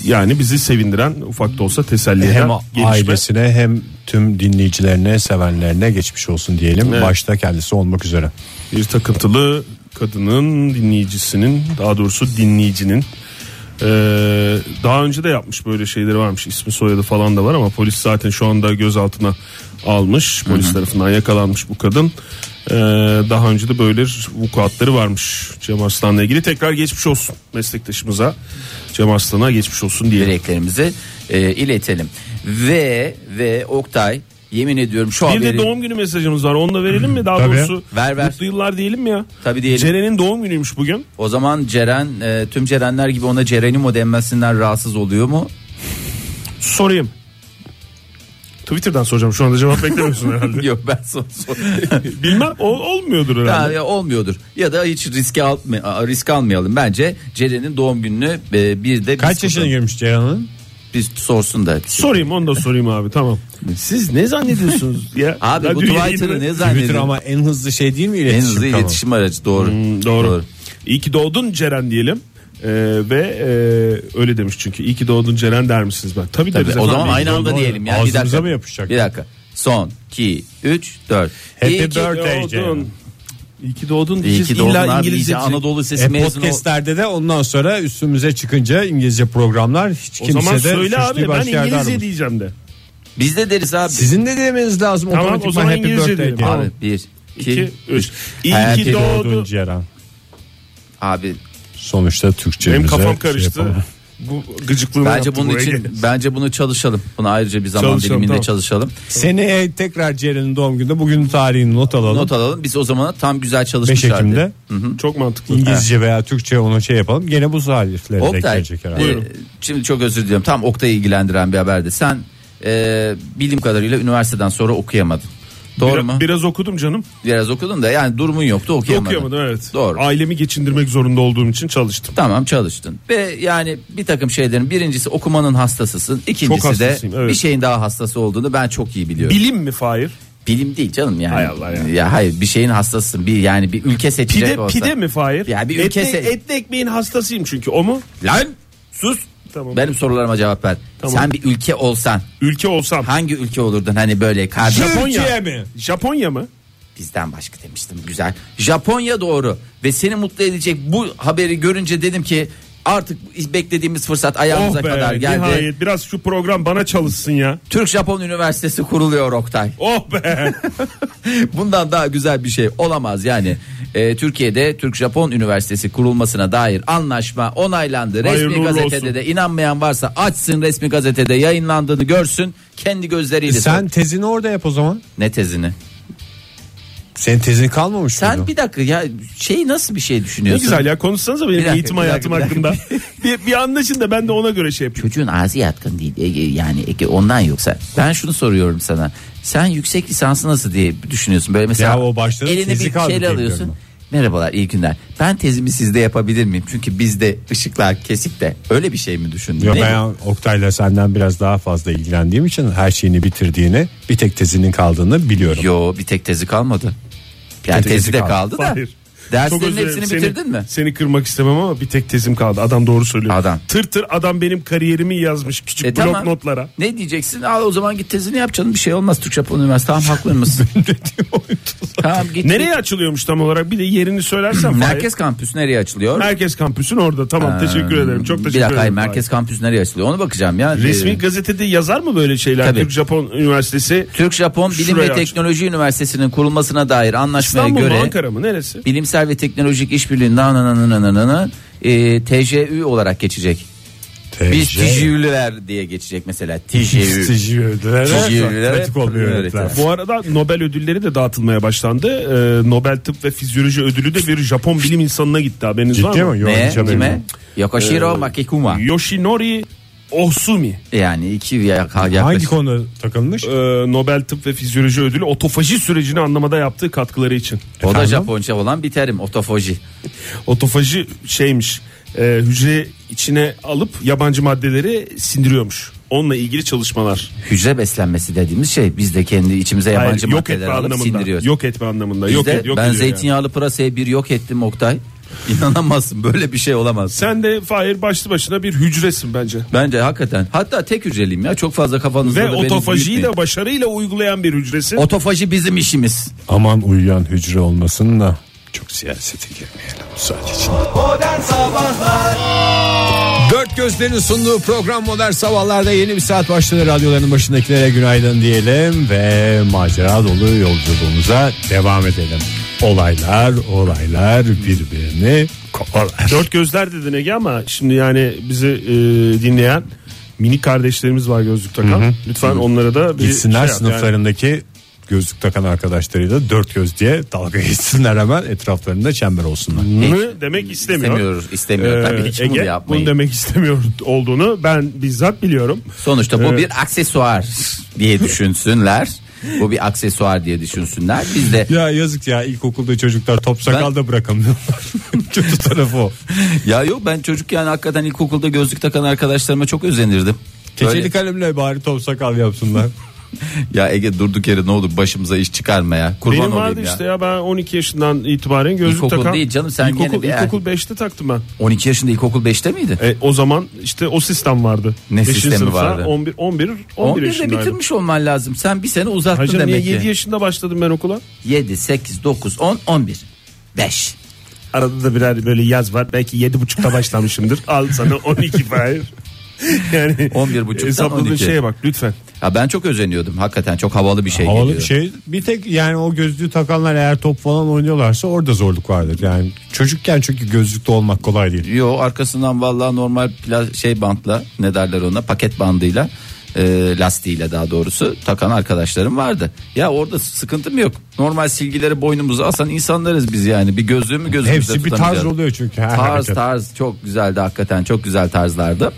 [SPEAKER 4] yani bizi sevindiren ufak da olsa teselli eden
[SPEAKER 2] Hem
[SPEAKER 4] gelişme.
[SPEAKER 2] ailesine hem tüm dinleyicilerine, sevenlerine geçmiş olsun diyelim.
[SPEAKER 4] Evet.
[SPEAKER 2] Başta kendisi olmak üzere.
[SPEAKER 4] Bir takıntılı kadının dinleyicisinin daha doğrusu dinleyicinin e, daha önce de yapmış böyle şeyleri varmış ismi soyadı falan da var ama polis zaten şu anda gözaltına almış polis tarafından yakalanmış bu kadın E, daha önce de böyle vukuatları varmış Cem Arslan'la ilgili tekrar geçmiş olsun meslektaşımıza Cem Arslan'a geçmiş olsun diye
[SPEAKER 3] dileklerimizi e, iletelim. Ve ve Oktay yemin ediyorum şu
[SPEAKER 4] bir de
[SPEAKER 3] haberi
[SPEAKER 4] doğum günü mesajımız var onu da verelim mi daha
[SPEAKER 2] Tabii.
[SPEAKER 4] doğrusu
[SPEAKER 3] Ver, ver.
[SPEAKER 4] mutlu yıllar diyelim mi ya
[SPEAKER 3] Tabii diyelim.
[SPEAKER 4] Ceren'in doğum günüymüş bugün
[SPEAKER 3] o zaman Ceren e, tüm Cerenler gibi ona Cerenimo denmesinden rahatsız oluyor mu?
[SPEAKER 4] sorayım Twitter'dan soracağım. Şu anda cevap beklemiyorsun herhalde.
[SPEAKER 3] Yok ben son, son-
[SPEAKER 4] Bilmem o- olmuyordur herhalde.
[SPEAKER 3] Ya, ya olmuyordur. Ya da hiç riske alma, risk almayalım bence. Ceren'in doğum gününü e, bir de biz
[SPEAKER 2] Kaç yaşına
[SPEAKER 3] kutlayalım.
[SPEAKER 2] girmiş Ceyhan Hanım?
[SPEAKER 3] Biz sorsun da.
[SPEAKER 4] Sorayım onu da sorayım abi tamam.
[SPEAKER 5] Siz ne zannediyorsunuz?
[SPEAKER 4] Ya,
[SPEAKER 3] Abi bu
[SPEAKER 4] radyo
[SPEAKER 3] Twitter'ı
[SPEAKER 4] yayını-
[SPEAKER 3] ne
[SPEAKER 2] Twitter
[SPEAKER 3] zannediyorsun?
[SPEAKER 2] ama en hızlı şey değil mi
[SPEAKER 3] En
[SPEAKER 2] iletişim?
[SPEAKER 3] hızlı
[SPEAKER 2] kanalı? Hmm,
[SPEAKER 3] iletişim aracı doğru.
[SPEAKER 4] Doğru. İyi ki doğdun Ceren diyelim. Ee, ve e, öyle demiş çünkü iyi ki doğdun Ceren der misiniz ben? Tabii,
[SPEAKER 3] Tabii,
[SPEAKER 4] deriz.
[SPEAKER 3] o
[SPEAKER 4] efendim.
[SPEAKER 3] zaman
[SPEAKER 4] İyi ki
[SPEAKER 3] aynı
[SPEAKER 4] doğdun.
[SPEAKER 3] anda diyelim. Yani bir
[SPEAKER 2] Ağzımıza
[SPEAKER 3] dakika.
[SPEAKER 2] mı yapışacak?
[SPEAKER 3] Bir dakika. Son, 2, 3, 4.
[SPEAKER 2] Happy
[SPEAKER 3] İyi ki-
[SPEAKER 2] birthday
[SPEAKER 4] doğdun.
[SPEAKER 2] Ceyhan.
[SPEAKER 4] İyi ki doğdun.
[SPEAKER 3] İyi
[SPEAKER 4] diyeceğiz.
[SPEAKER 3] ki doğdun
[SPEAKER 4] İlla
[SPEAKER 3] abi.
[SPEAKER 4] İngilizce
[SPEAKER 3] İyice
[SPEAKER 4] diyecek.
[SPEAKER 3] Anadolu Lisesi
[SPEAKER 2] E,
[SPEAKER 3] mezunu ol.
[SPEAKER 2] podcastlerde de ondan sonra üstümüze çıkınca İngilizce programlar hiç
[SPEAKER 4] O
[SPEAKER 2] kimse
[SPEAKER 4] zaman
[SPEAKER 2] de
[SPEAKER 4] söyle
[SPEAKER 2] suçluyu
[SPEAKER 4] abi ben
[SPEAKER 2] başka yerde
[SPEAKER 4] İngilizce
[SPEAKER 2] aramaz.
[SPEAKER 4] diyeceğim de.
[SPEAKER 3] Biz de deriz abi.
[SPEAKER 2] Sizin de demeniz lazım.
[SPEAKER 4] Tamam,
[SPEAKER 2] Otomatikman
[SPEAKER 4] o zaman
[SPEAKER 2] happy
[SPEAKER 4] İngilizce
[SPEAKER 2] birthday
[SPEAKER 4] diyelim.
[SPEAKER 2] diye.
[SPEAKER 3] Abi 1, 2,
[SPEAKER 4] 2 3.
[SPEAKER 3] 3.
[SPEAKER 4] İyi
[SPEAKER 3] Hayati
[SPEAKER 4] ki
[SPEAKER 3] doğdun
[SPEAKER 4] doğdun.
[SPEAKER 2] Ceren.
[SPEAKER 3] Abi
[SPEAKER 2] Sonuçta şey Türkçe
[SPEAKER 4] Benim kafam karıştı. bu gıcıklığını
[SPEAKER 3] bence
[SPEAKER 4] yaptı
[SPEAKER 3] bunun
[SPEAKER 4] buraya
[SPEAKER 3] için
[SPEAKER 4] gelin.
[SPEAKER 3] bence bunu çalışalım. Bunu ayrıca bir zaman
[SPEAKER 4] Çalışalım,
[SPEAKER 3] diliminde
[SPEAKER 4] tamam.
[SPEAKER 3] çalışalım.
[SPEAKER 2] Seneye e, tekrar Ceren'in doğum gününde bugün tarihini not alalım.
[SPEAKER 3] Not alalım. Biz o zaman tam güzel
[SPEAKER 2] 5
[SPEAKER 3] çalışmış
[SPEAKER 2] Ekim'de
[SPEAKER 3] halde.
[SPEAKER 4] çok mantıklı.
[SPEAKER 2] İngilizce veya Türkçe onu şey yapalım. Gene bu tarihleri denk
[SPEAKER 3] Oktay.
[SPEAKER 2] gelecek
[SPEAKER 3] e,
[SPEAKER 2] herhalde.
[SPEAKER 3] şimdi çok özür diliyorum. Tam Oktay'ı ilgilendiren bir haberdi. Sen e, bildiğim kadarıyla üniversiteden sonra okuyamadın. Doğru
[SPEAKER 4] Biraz-
[SPEAKER 3] mu?
[SPEAKER 4] Biraz okudum canım.
[SPEAKER 3] Biraz okudun da yani durumun yoktu okuyamadın.
[SPEAKER 4] Okuyamadım evet.
[SPEAKER 3] Doğru.
[SPEAKER 4] Ailemi geçindirmek zorunda olduğum için çalıştım.
[SPEAKER 3] Tamam çalıştın ve yani bir takım şeylerin birincisi okumanın hastasısın ikincisi de
[SPEAKER 4] hastasıyım, evet.
[SPEAKER 3] bir şeyin daha hastası olduğunu ben çok iyi biliyorum.
[SPEAKER 4] Bilim mi Fahir?
[SPEAKER 3] Bilim değil canım yani.
[SPEAKER 4] Hay Allah ya.
[SPEAKER 3] hayır bir şeyin hastasısın bir yani bir ülke seçecek
[SPEAKER 4] Pide,
[SPEAKER 3] olsa.
[SPEAKER 4] pide mi Fahir?
[SPEAKER 3] Ya bir
[SPEAKER 4] Etli-
[SPEAKER 3] ülke se-
[SPEAKER 4] etli ekmeğin hastasıyım çünkü o mu?
[SPEAKER 3] Lan sus.
[SPEAKER 4] Tamam.
[SPEAKER 3] Benim sorularıma cevap ver.
[SPEAKER 4] Tamam.
[SPEAKER 3] Sen bir ülke olsan
[SPEAKER 4] Ülke olsam.
[SPEAKER 3] hangi ülke olurdun hani böyle kardeş
[SPEAKER 4] Japonya.
[SPEAKER 2] Türkiye mi?
[SPEAKER 4] Japonya mı?
[SPEAKER 3] bizden başka demiştim güzel. Japonya doğru ve seni mutlu edecek bu haberi görünce dedim ki artık beklediğimiz fırsat
[SPEAKER 4] Oh
[SPEAKER 3] ayağımıza
[SPEAKER 4] be
[SPEAKER 3] kadar geldi.
[SPEAKER 4] nihayet biraz şu program bana çalışsın ya.
[SPEAKER 3] Türk Japon Üniversitesi kuruluyor Oktay.
[SPEAKER 4] Oh be.
[SPEAKER 3] Bundan daha güzel bir şey olamaz yani. Ee, Türkiye'de Türk-Japon Üniversitesi kurulmasına dair anlaşma onaylandı. Resmi
[SPEAKER 4] Hayırlı uğurlu
[SPEAKER 3] gazetede
[SPEAKER 4] olsun.
[SPEAKER 3] de inanmayan varsa açsın resmi gazetede yayınlandığını görsün. Kendi gözleriyle.
[SPEAKER 4] E
[SPEAKER 2] Sen tezini orada yap o zaman.
[SPEAKER 3] ne tezini?
[SPEAKER 2] Senin tezin kalmamış
[SPEAKER 3] Sen
[SPEAKER 2] mıydı?
[SPEAKER 3] bir dakika ya şey nasıl bir şey
[SPEAKER 4] ne
[SPEAKER 3] düşünüyorsun?
[SPEAKER 4] güzel ya konuşsanıza benim
[SPEAKER 3] Bir dakika,
[SPEAKER 4] eğitim
[SPEAKER 3] bir dakika,
[SPEAKER 4] hayatım
[SPEAKER 3] bir dakika.
[SPEAKER 4] hakkında. bir, bir anlaşın da ben de ona göre şey yapayım.
[SPEAKER 3] Çocuğun ağzı yatkın değil Ege, yani Ege ondan yoksa ben şunu soruyorum sana sen yüksek lisansı nasıl diye düşünüyorsun böyle mesela
[SPEAKER 2] Ya o başta da
[SPEAKER 3] elini
[SPEAKER 2] tezi
[SPEAKER 3] bir
[SPEAKER 2] kaldı
[SPEAKER 3] şeyle
[SPEAKER 2] diye
[SPEAKER 3] alıyorsun
[SPEAKER 2] biliyorum
[SPEAKER 3] merhabalar iyi günler ben tezimi sizde yapabilir miyim çünkü bizde ışıklar kesik de öyle bir şey mi düşündün
[SPEAKER 2] Yok
[SPEAKER 3] Ne?
[SPEAKER 2] ben Oktay'la senden biraz daha fazla ilgilendiğim için her şeyini bitirdiğini bir tek tezinin kaldığını biliyorum.
[SPEAKER 3] Yo bir tek tezi kalmadı yani
[SPEAKER 2] tek tezi
[SPEAKER 3] tezi de
[SPEAKER 2] kaldı.
[SPEAKER 3] kaldı, da
[SPEAKER 4] Fahir.
[SPEAKER 3] derslerin
[SPEAKER 4] Çok özür dilerim.
[SPEAKER 3] hepsini
[SPEAKER 4] Seni-
[SPEAKER 3] bitirdin mi
[SPEAKER 4] Seni kırmak istemem ama bir tek tezim kaldı. Adam doğru söylüyor.
[SPEAKER 3] Adam.
[SPEAKER 4] Tır tır adam benim kariyerimi yazmış küçük
[SPEAKER 3] E,
[SPEAKER 4] blok
[SPEAKER 3] tamam.
[SPEAKER 4] notlara.
[SPEAKER 3] ne diyeceksin al o zaman git tezini yap canım bir şey olmaz Türkçe Japon Üniversitesi tamam haklı mısın tamam git
[SPEAKER 4] Nereye açılıyormuş tam olarak bir de yerini söylersen. Fahir.
[SPEAKER 3] Hmm, Merkez kampüs nereye açılıyor?
[SPEAKER 4] Merkez kampüsün orada. Tamam teşekkür
[SPEAKER 3] Ee,
[SPEAKER 4] ederim. Çok teşekkür
[SPEAKER 3] Bir
[SPEAKER 4] ederim.
[SPEAKER 3] dakika hayır,
[SPEAKER 4] Fahir.
[SPEAKER 3] merkez kampüs nereye açılıyor ona bakacağım ya.
[SPEAKER 4] Resmi
[SPEAKER 3] Ee,
[SPEAKER 4] gazetede yazar mı böyle şeyler?
[SPEAKER 3] Tabii.
[SPEAKER 4] Türk Japon Üniversitesi.
[SPEAKER 3] Türk Japon Bilim
[SPEAKER 4] Şuraya
[SPEAKER 3] ve Teknoloji Üniversitesi'nin kurulmasına dair anlaşmaya
[SPEAKER 4] İstanbul
[SPEAKER 3] göre
[SPEAKER 4] mu Ankara mı neresi?
[SPEAKER 3] Bilimsel ve Teknolojik İşbirliği na na na na na na na e, TJÜ olarak geçecek. Biz TJÜ'lüler diye geçecek mesela TJÜ. TJÜ'lülere
[SPEAKER 2] Pratik olmuyor
[SPEAKER 3] öğretiler.
[SPEAKER 2] öğretiler.
[SPEAKER 4] Bu arada Nobel ödülleri de dağıtılmaya başlandı. Ee, Nobel Tıp ve Fizyoloji ödülü de bir Japon bilim insanına gitti haberiniz var
[SPEAKER 2] Ciddi
[SPEAKER 4] mı?
[SPEAKER 2] mi? Yok,
[SPEAKER 3] Ne?
[SPEAKER 2] hiç haberim
[SPEAKER 3] Kime?
[SPEAKER 2] yok.
[SPEAKER 4] Ee,
[SPEAKER 3] Yokoshiro Makikuma.
[SPEAKER 4] Yoshinori Ohsumi
[SPEAKER 3] Yani iki yak-
[SPEAKER 2] Hangi
[SPEAKER 3] yaklaşık.
[SPEAKER 2] konu takılmış?
[SPEAKER 4] e, Nobel Tıp ve Fizyoloji ödülü otofaji sürecini anlamada yaptığı katkıları için.
[SPEAKER 3] O da
[SPEAKER 2] Efendim?
[SPEAKER 3] Japonca olan bir terim otofoji.
[SPEAKER 4] Otofaji şeymiş e, hücre içine alıp yabancı maddeleri sindiriyormuş. Onunla ilgili çalışmalar.
[SPEAKER 3] Hücre beslenmesi dediğimiz şey biz de kendi içimize
[SPEAKER 4] Hayır,
[SPEAKER 3] yabancı
[SPEAKER 4] yok
[SPEAKER 3] maddeler
[SPEAKER 4] etme
[SPEAKER 3] alıp
[SPEAKER 4] anlamında.
[SPEAKER 3] sindiriyoruz.
[SPEAKER 4] Yok etme anlamında.
[SPEAKER 3] Biz
[SPEAKER 4] yok
[SPEAKER 3] de-
[SPEAKER 4] et, yok
[SPEAKER 3] ben
[SPEAKER 4] ediyor yani.
[SPEAKER 3] zeytinyağlı pırasayı bir yok ettim Oktay. İnanamazsın böyle bir şey olamaz.
[SPEAKER 4] Sen de Fahir başlı başına bir hücresin bence.
[SPEAKER 3] Bence hakikaten. Hatta tek hücreliyim ya. Çok fazla kafanızda
[SPEAKER 4] Ve
[SPEAKER 3] da beni
[SPEAKER 4] otofajiyi
[SPEAKER 3] büyütmeyin.
[SPEAKER 4] de başarıyla uygulayan bir hücresin.
[SPEAKER 3] Otofaji bizim işimiz.
[SPEAKER 2] Aman uyuyan hücre olmasın da çok siyasete girmeyelim müsaade için. Dört gözlerin sunduğu program Modern Sabahlar'da yeni bir saat başladı. Radyoların başındakilere günaydın diyelim ve macera dolu yolculuğumuza devam edelim. Olaylar olaylar birbirini kovalar.
[SPEAKER 4] Dört gözler dedin Ege ama şimdi yani bizi e, dinleyen mini kardeşlerimiz var gözlük takan. Lütfen onlara da bir
[SPEAKER 2] Gitsinler
[SPEAKER 4] şey yap yani.
[SPEAKER 2] sınıflarındaki gözlük takan arkadaşlarıyla dört göz diye dalga geçsinler hemen etraflarında çember olsunlar.
[SPEAKER 4] Bunu demek istemiyor.
[SPEAKER 3] İstemiyor, istemiyor. Tabii hiç bunu
[SPEAKER 4] Ee, Ege,
[SPEAKER 3] yapmayın.
[SPEAKER 4] Bunu demek istemiyor olduğunu ben bizzat biliyorum.
[SPEAKER 3] Sonuçta bu
[SPEAKER 4] Evet.
[SPEAKER 3] bir aksesuar diye düşünsünler. bu bir aksesuar diye düşünsünler. Biz de
[SPEAKER 2] Ya yazık ya ilkokulda çocuklar top sakal da bırakamıyorlar. Kötü tarafı o.
[SPEAKER 3] ya yok ben çocukken hakikaten ilkokulda gözlük takan arkadaşlarıma çok özenirdim.
[SPEAKER 2] Keçeli
[SPEAKER 3] Böyle-
[SPEAKER 2] kalemle bari top sakal yapsınlar.
[SPEAKER 3] ya Ege durduk yere ne olur başımıza iş çıkarma ya. Kurban
[SPEAKER 4] Benim
[SPEAKER 3] olayım
[SPEAKER 4] vardı
[SPEAKER 3] ya.
[SPEAKER 4] işte ya ben 12 yaşından itibaren gözlük
[SPEAKER 3] İlkokul
[SPEAKER 4] takan.
[SPEAKER 3] değil canım, sen
[SPEAKER 4] ilkokul,
[SPEAKER 3] gene bir-
[SPEAKER 4] ilkokul 5'te taktım ben.
[SPEAKER 3] 12 yaşında ilkokul 5'te miydi?
[SPEAKER 4] E, o zaman işte o sistem vardı.
[SPEAKER 3] Ne
[SPEAKER 4] Beşinci
[SPEAKER 3] sistemi
[SPEAKER 4] sınıfta
[SPEAKER 3] vardı?
[SPEAKER 4] 11 11 11
[SPEAKER 3] 11'de
[SPEAKER 4] yaşındaydım.
[SPEAKER 3] bitirmiş olman lazım. Sen bir sene uzattın
[SPEAKER 4] Hacı niye
[SPEAKER 3] demek ki.
[SPEAKER 4] 7 yaşında başladım ben okula?
[SPEAKER 3] 7, 8, 9, 10, 11. 5.
[SPEAKER 4] Arada da birer böyle yaz var. Belki 7.30'da başlamışımdır. Al sana 12 Fahir. Yani
[SPEAKER 3] 11.30'dan
[SPEAKER 4] hesapladığın
[SPEAKER 3] 12.
[SPEAKER 2] şey
[SPEAKER 4] şeye bak lütfen.
[SPEAKER 3] Ya ben çok özeniyordum. Hakikaten çok havalı bir şey
[SPEAKER 2] Havalı bir
[SPEAKER 3] geliyor.
[SPEAKER 2] şey. Bir tek yani o gözlüğü takanlar eğer top falan oynuyorlarsa orada zorluk vardır. Yani çocukken çünkü gözlükte olmak kolay değil.
[SPEAKER 3] Yo arkasından vallahi normal pla- şey bantla ne derler ona paket bandıyla e, lastiğiyle daha doğrusu takan arkadaşlarım vardı. Ya orada sıkıntım yok. Normal silgileri boynumuza asan insanlarız biz yani. Bir gözlüğümü gözümüzde
[SPEAKER 2] Hepsi bir tarz
[SPEAKER 3] tutamayacağız.
[SPEAKER 2] oluyor çünkü. her
[SPEAKER 3] Tarz
[SPEAKER 2] hareket.
[SPEAKER 3] tarz çok güzeldi hakikaten çok güzel tarzlardı.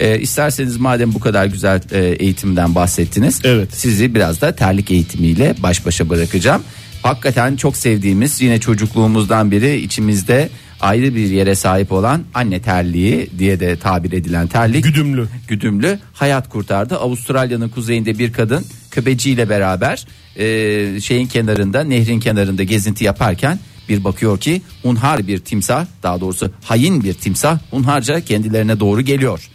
[SPEAKER 3] E, isterseniz madem bu kadar güzel e, eğitimden bahsettiniz.
[SPEAKER 4] Evet.
[SPEAKER 3] Sizi biraz da terlik eğitimiyle baş başa bırakacağım. Hakikaten çok sevdiğimiz yine çocukluğumuzdan beri içimizde ayrı bir yere sahip olan anne terliği diye de tabir edilen terlik.
[SPEAKER 4] Güdümlü.
[SPEAKER 3] Güdümlü hayat kurtardı. Avustralya'nın kuzeyinde bir kadın köpeciyle beraber e, şeyin kenarında nehrin kenarında gezinti yaparken bir bakıyor ki hunhar bir timsah daha doğrusu hain bir timsah hunharca kendilerine doğru geliyor. E,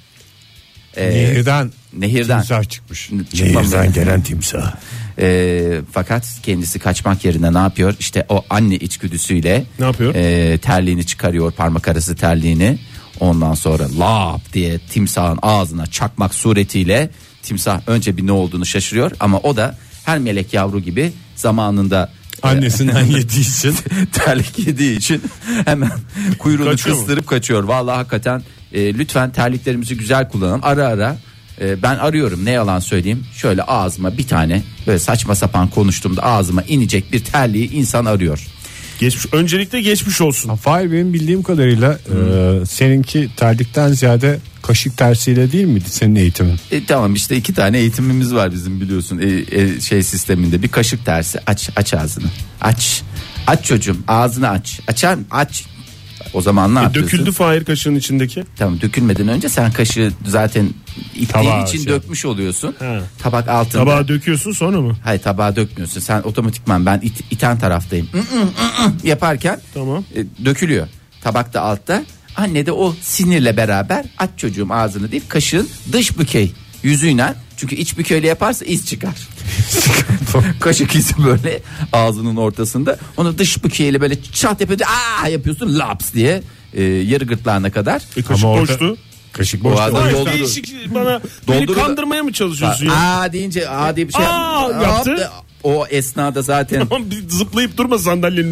[SPEAKER 2] Ee, Nehirden,
[SPEAKER 3] nehirden.
[SPEAKER 2] timsah çıkmış.
[SPEAKER 3] Çıkmam lazım.
[SPEAKER 2] gelen timsah.
[SPEAKER 3] Ee, fakat kendisi kaçmak yerine ne yapıyor? İşte o anne içgüdüsüyle
[SPEAKER 4] Ne yapıyor?
[SPEAKER 3] e, terliğini çıkarıyor parmak arası terliğini. Ondan sonra lap diye timsahın ağzına çakmak suretiyle timsah önce bir ne olduğunu şaşırıyor ama o da her melek yavru gibi zamanında e,
[SPEAKER 2] Annesinden yediği şey. için.
[SPEAKER 3] terlik yediği için hemen kuyruğunu
[SPEAKER 4] Kaçıyor mu?
[SPEAKER 3] kıstırıp kaçıyor. Vallahi hakikaten e, lütfen terliklerimizi güzel kullanalım. Ara ara e, ben arıyorum ne yalan söyleyeyim. Şöyle ağzıma bir tane böyle saçma sapan konuştuğumda ağzıma inecek bir terliği insan arıyor.
[SPEAKER 4] Geçmiş öncelikle geçmiş olsun.
[SPEAKER 2] Fahir benim bildiğim kadarıyla e, seninki terlikten ziyade kaşık tersiyle değil miydi senin eğitimin?
[SPEAKER 3] E, tamam işte iki tane eğitimimiz var bizim biliyorsun E, e, şey sisteminde bir kaşık tersi aç aç ağzını aç aç çocuğum ağzını aç açar mı? aç o zaman ne yapıyorsun?
[SPEAKER 4] E, Döküldü Fahir kaşığın içindeki.
[SPEAKER 3] Tamam dökülmeden önce sen kaşığı zaten ittiğin
[SPEAKER 2] Tabağa
[SPEAKER 3] için
[SPEAKER 2] şey.
[SPEAKER 3] dökmüş oluyorsun.
[SPEAKER 4] He.
[SPEAKER 3] Tabak altında.
[SPEAKER 4] Tabağa döküyorsun sonra mı?
[SPEAKER 3] Hayır tabağa dökmüyorsun. Sen otomatikman ben it- iten taraftayım. Mm, mm, mm, mm Yaparken
[SPEAKER 4] Tamam.
[SPEAKER 3] e, dökülüyor. Tabak da altta. Anne de o sinirle beraber aç çocuğum ağzını deyip kaşığın dış bükey yüzüyle çünkü iç bükeyle yaparsa iz çıkar. Kaşık izi böyle ağzının ortasında. Onu dış bükeyle böyle çat yapıyor. Aa yapıyorsun laps diye e, yarı gırtlağına kadar.
[SPEAKER 4] E, kaşık
[SPEAKER 2] Ama orada-
[SPEAKER 4] boştu.
[SPEAKER 2] Kaşık
[SPEAKER 3] Bu
[SPEAKER 2] boş.
[SPEAKER 3] adam
[SPEAKER 4] Fahir
[SPEAKER 3] doldurdu.
[SPEAKER 4] değişik bana beni
[SPEAKER 3] Doldurdu.
[SPEAKER 4] kandırmaya mı çalışıyorsun ya?
[SPEAKER 3] Aa deyince aa diye bir şey
[SPEAKER 4] Aa,
[SPEAKER 3] yap-
[SPEAKER 4] yaptı.
[SPEAKER 3] yaptı. O esnada zaten
[SPEAKER 4] Tamam bir zıplayıp durma sandalyenin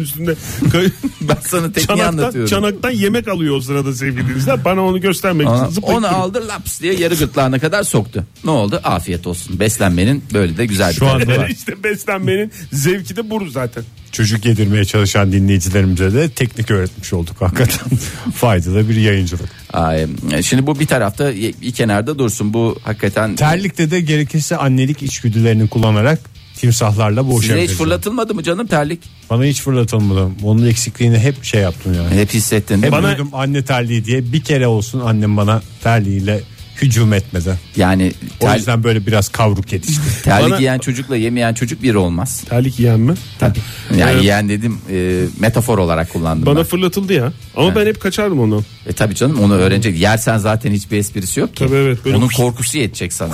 [SPEAKER 4] üstünde. Kay-
[SPEAKER 3] ben sana tekniği
[SPEAKER 4] çanaktan,
[SPEAKER 3] anlatıyorum.
[SPEAKER 4] çanaktan yemek alıyor o sırada sevgili dinleyiciler. Bana onu göstermek için
[SPEAKER 3] Aa,
[SPEAKER 4] zıplayıp
[SPEAKER 3] Onu
[SPEAKER 4] durma.
[SPEAKER 3] aldı laps diye yarı gırtlağına kadar soktu. Ne oldu? Afiyet olsun. Beslenmenin böyle de güzel bir
[SPEAKER 2] Şu
[SPEAKER 3] tarafı
[SPEAKER 2] anda-
[SPEAKER 3] var.
[SPEAKER 4] işte beslenmenin zevki de bu zaten.
[SPEAKER 2] Çocuk yedirmeye çalışan dinleyicilerimize de teknik öğretmiş olduk hakikaten. Faydalı bir yayıncılık.
[SPEAKER 3] Ay, şimdi bu bir tarafta bir kenarda dursun. Bu hakikaten
[SPEAKER 2] Terlikte de gerekirse annelik içgüdülerini kullanarak timsahlarla
[SPEAKER 3] size hiç
[SPEAKER 2] boğuşabiliriz.
[SPEAKER 3] fırlatılmadı mı canım terlik?
[SPEAKER 2] Bana hiç fırlatılmadı. Onun eksikliğini hep şey yaptım yani.
[SPEAKER 3] Hep hissettin değil mi?
[SPEAKER 2] Bana... Duydum anne terliği diye bir kere olsun annem bana terliğiyle hücum etmeden.
[SPEAKER 3] Yani
[SPEAKER 2] O
[SPEAKER 3] ter-
[SPEAKER 2] yüzden böyle biraz kavruk yetişti.
[SPEAKER 3] terlik
[SPEAKER 4] Bana-
[SPEAKER 3] yiyen çocukla yemeyen çocuk bir olmaz.
[SPEAKER 4] Terlik yiyen mi?
[SPEAKER 3] Tabii. Yani
[SPEAKER 4] Evet.
[SPEAKER 3] yiyen dedim e, metafor olarak kullandım.
[SPEAKER 4] Bana
[SPEAKER 3] ben.
[SPEAKER 4] fırlatıldı ya. Ama ben hep kaçardım ondan.
[SPEAKER 3] E tabii canım onu öğrenecek. Yersen zaten hiçbir esprisi yok ki.
[SPEAKER 4] Tabii evet, böyle
[SPEAKER 3] Onun
[SPEAKER 4] huşt.
[SPEAKER 3] korkusu yetecek sana.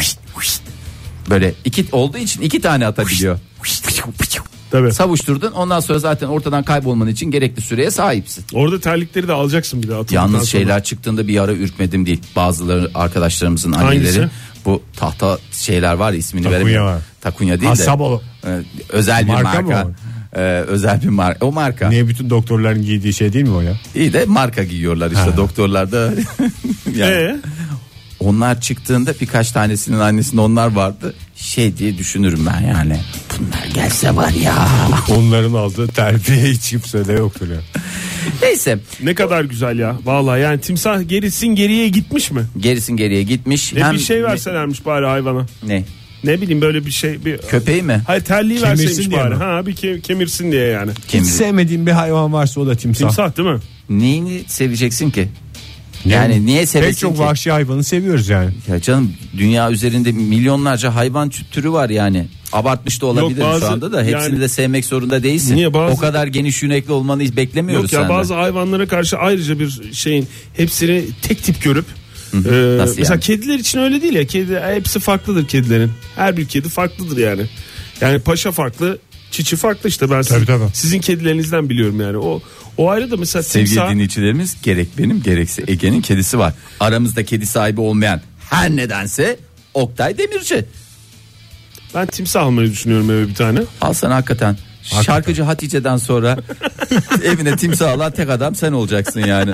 [SPEAKER 3] Böyle iki olduğu için iki tane atabiliyor.
[SPEAKER 4] Tabii.
[SPEAKER 3] Savuşturdun ondan sonra zaten ortadan kaybolman için gerekli süreye sahipsin.
[SPEAKER 4] Orada terlikleri de alacaksın bir de atıldıktan
[SPEAKER 3] Yalnız
[SPEAKER 4] sonra.
[SPEAKER 3] şeyler çıktığında bir ara ürkmedim değil. Bazıları arkadaşlarımızın anneleri
[SPEAKER 4] Hangisi?
[SPEAKER 3] bu tahta şeyler var ya, ismini
[SPEAKER 2] Takunya
[SPEAKER 3] veremiyorum.
[SPEAKER 2] var.
[SPEAKER 3] Takunya değil
[SPEAKER 2] Ha,
[SPEAKER 3] de.
[SPEAKER 2] Sabalo.
[SPEAKER 3] e, özel bir
[SPEAKER 2] Marka
[SPEAKER 3] marka.
[SPEAKER 2] mı
[SPEAKER 3] E, özel bir marka. O marka.
[SPEAKER 2] Niye bütün doktorların giydiği şey değil mi o ya?
[SPEAKER 3] İyi de marka giyiyorlar işte doktorlarda. yani.
[SPEAKER 4] Ee?
[SPEAKER 3] Onlar çıktığında birkaç tanesinin annesinde onlar vardı. Şey diye düşünürüm ben yani. bunlar gelse var ya.
[SPEAKER 2] Onların aldığı terbiye hiç kimsede yoktur ya.
[SPEAKER 3] Neyse
[SPEAKER 4] Ne kadar güzel ya. Vallahi yani timsah gerisin geriye gitmiş mi?
[SPEAKER 3] gerisin geriye gitmiş.
[SPEAKER 4] Ne bir şey verselermiş bari hayvana.
[SPEAKER 3] Ne?
[SPEAKER 4] Ne bileyim böyle bir şey bir
[SPEAKER 3] Köpeği mi?
[SPEAKER 4] Hayır terliği
[SPEAKER 2] Kemirsin
[SPEAKER 4] verseymiş
[SPEAKER 2] diye
[SPEAKER 4] bari.
[SPEAKER 2] mi?
[SPEAKER 4] Ha bir ke- kemirsin diye yani.
[SPEAKER 2] Hiç
[SPEAKER 3] Kemir-
[SPEAKER 2] sevmediğin bir hayvan varsa o da timsah.
[SPEAKER 4] Timsah değil mi?
[SPEAKER 3] Neyini seveceksin ki?
[SPEAKER 2] Ne?
[SPEAKER 3] Yani niye
[SPEAKER 2] Pek
[SPEAKER 3] sevesin
[SPEAKER 2] çok
[SPEAKER 3] ki?
[SPEAKER 2] vahşi hayvanı seviyoruz yani.
[SPEAKER 3] Ya canım dünya üzerinde milyonlarca hayvan tü- türü var yani. Abartmış da olabilir
[SPEAKER 4] bazı-
[SPEAKER 3] şu anda da hepsini
[SPEAKER 4] yani-
[SPEAKER 3] de sevmek zorunda değilsin.
[SPEAKER 4] Niye bazı-
[SPEAKER 3] O kadar geniş yünekli olmanı hiç beklemiyoruz
[SPEAKER 4] Yok ya
[SPEAKER 3] senden.
[SPEAKER 4] bazı hayvanlara karşı ayrıca bir şeyin hepsini tek tip görüp e,
[SPEAKER 3] Nasıl
[SPEAKER 4] mesela
[SPEAKER 3] yani?
[SPEAKER 4] kediler için öyle değil ya kedi hepsi farklıdır kedilerin her bir kedi farklıdır yani yani paşa farklı çiçi farklı işte ben sizin,
[SPEAKER 2] Tabii, tabii.
[SPEAKER 4] sizin kedilerinizden biliyorum yani o o ayrı da mesela
[SPEAKER 3] Sevgili
[SPEAKER 4] timsah
[SPEAKER 3] dinleyicilerimiz gerek benim gerekse Ege'nin kedisi var. Aramızda kedi sahibi olmayan her nedense Oktay Demirci.
[SPEAKER 4] ben timsah almayı düşünüyorum eve bir tane
[SPEAKER 3] Al sana hakikaten. Şarkıcı Hatice'den sonra evine timsah alan tek adam sen olacaksın yani.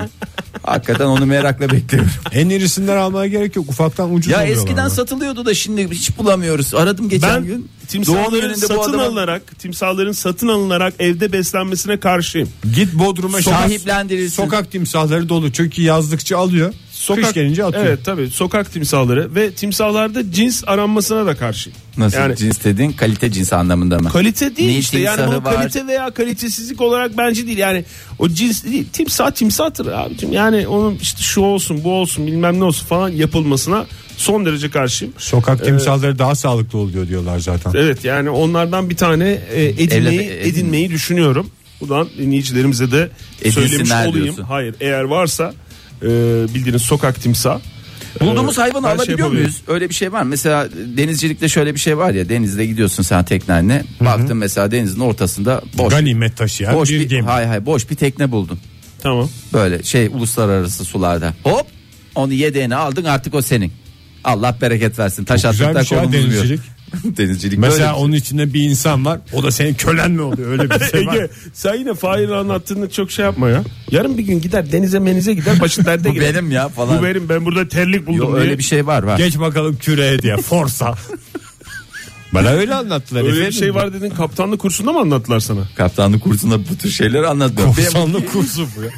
[SPEAKER 3] Hakikaten onu merakla bekliyorum.
[SPEAKER 2] En irisinden almaya gerek yok. Ufaktan ucuz
[SPEAKER 3] Ya
[SPEAKER 2] alıyorlar
[SPEAKER 3] eskiden
[SPEAKER 2] ama.
[SPEAKER 3] satılıyordu da şimdi hiç bulamıyoruz. Aradım geçen
[SPEAKER 4] ben
[SPEAKER 3] gün. Doğum
[SPEAKER 4] timsahların
[SPEAKER 3] gününde
[SPEAKER 4] satın
[SPEAKER 3] bu adamın
[SPEAKER 4] alınarak timsahların satın alınarak evde beslenmesine karşıyım
[SPEAKER 2] Git Bodrum'a sokak-
[SPEAKER 3] Sahiplendirilsin.
[SPEAKER 2] Sokak timsahları dolu. Çünkü yazdıkça alıyor.
[SPEAKER 4] Sokak,
[SPEAKER 2] Kış gelince atıyor.
[SPEAKER 4] Evet tabii sokak timsahları ve timsahlarda cins aranmasına da karşıyım.
[SPEAKER 3] Nasıl
[SPEAKER 4] Yani
[SPEAKER 3] cins dediğin kalite cins anlamında mı?
[SPEAKER 4] kalite değil
[SPEAKER 3] Ne
[SPEAKER 4] işte yani
[SPEAKER 3] timsahı
[SPEAKER 4] bunun
[SPEAKER 3] var?
[SPEAKER 4] kalite veya kalitesizlik olarak bence değil yani o cins değil timsah timsahtır abicim yani onun işte şu olsun bu olsun bilmem ne olsun falan yapılmasına son derece karşıyım.
[SPEAKER 2] Sokak timsahları daha sağlıklı oluyor diyorlar zaten.
[SPEAKER 4] Evet yani onlardan bir tane e, edinmeyi,
[SPEAKER 3] Evlat- edin-
[SPEAKER 4] edinmeyi düşünüyorum. Buradan dinleyicilerimize de
[SPEAKER 3] Edinsinler
[SPEAKER 4] söylemiş olayım.
[SPEAKER 3] diyorsun.
[SPEAKER 4] Hayır eğer varsa e, bildiğiniz sokak timsah.
[SPEAKER 3] Bulduğumuz
[SPEAKER 4] e,
[SPEAKER 3] hayvanı
[SPEAKER 4] her şey
[SPEAKER 3] alabiliyor
[SPEAKER 4] yapabiliyor.
[SPEAKER 3] muyuz? Öyle bir şey var mı? Mesela denizcilikte şöyle bir şey var ya denizde gidiyorsun sen teknenle. Baktın mesela denizin ortasında boş
[SPEAKER 2] Ganimet taşıyan
[SPEAKER 3] boş
[SPEAKER 2] bir
[SPEAKER 3] bir,
[SPEAKER 2] gemi.
[SPEAKER 3] hay hay boş bir tekne buldun.
[SPEAKER 4] Tamam.
[SPEAKER 3] Böyle şey uluslararası sularda. Hop onu yedeğine aldın artık o senin. Allah bereket versin. Taş
[SPEAKER 2] Çok güzel
[SPEAKER 3] attıktan
[SPEAKER 2] bir şey ya,
[SPEAKER 3] konumuz yok.
[SPEAKER 2] denizcilik.
[SPEAKER 3] denizcilik böyle
[SPEAKER 2] Mesela
[SPEAKER 3] bir şey.
[SPEAKER 2] onun içinde bir insan var. O da senin kölen mi oluyor? Öyle bir şey var.
[SPEAKER 4] Ege sen yine Fahir'in anlattığını çok şey yapma ya. Yarın bir gün gider denize menize gider başı derde
[SPEAKER 3] şey. bu
[SPEAKER 4] gider.
[SPEAKER 3] benim ya falan.
[SPEAKER 4] Bu benim ben burada terlik buldum
[SPEAKER 3] Yok,
[SPEAKER 4] diye.
[SPEAKER 3] öyle bir şey var var.
[SPEAKER 2] Geç bakalım küreye diye. Forsa. Bana öyle anlattılar.
[SPEAKER 4] Öyle bir
[SPEAKER 2] efendim.
[SPEAKER 4] şey var dedin kaptanlık kursunda mı anlattılar sana?
[SPEAKER 3] Kaptanlık kursunda bu tür şeyleri anlatmıyor. Benim-
[SPEAKER 2] Korsanlık kursu bu ya.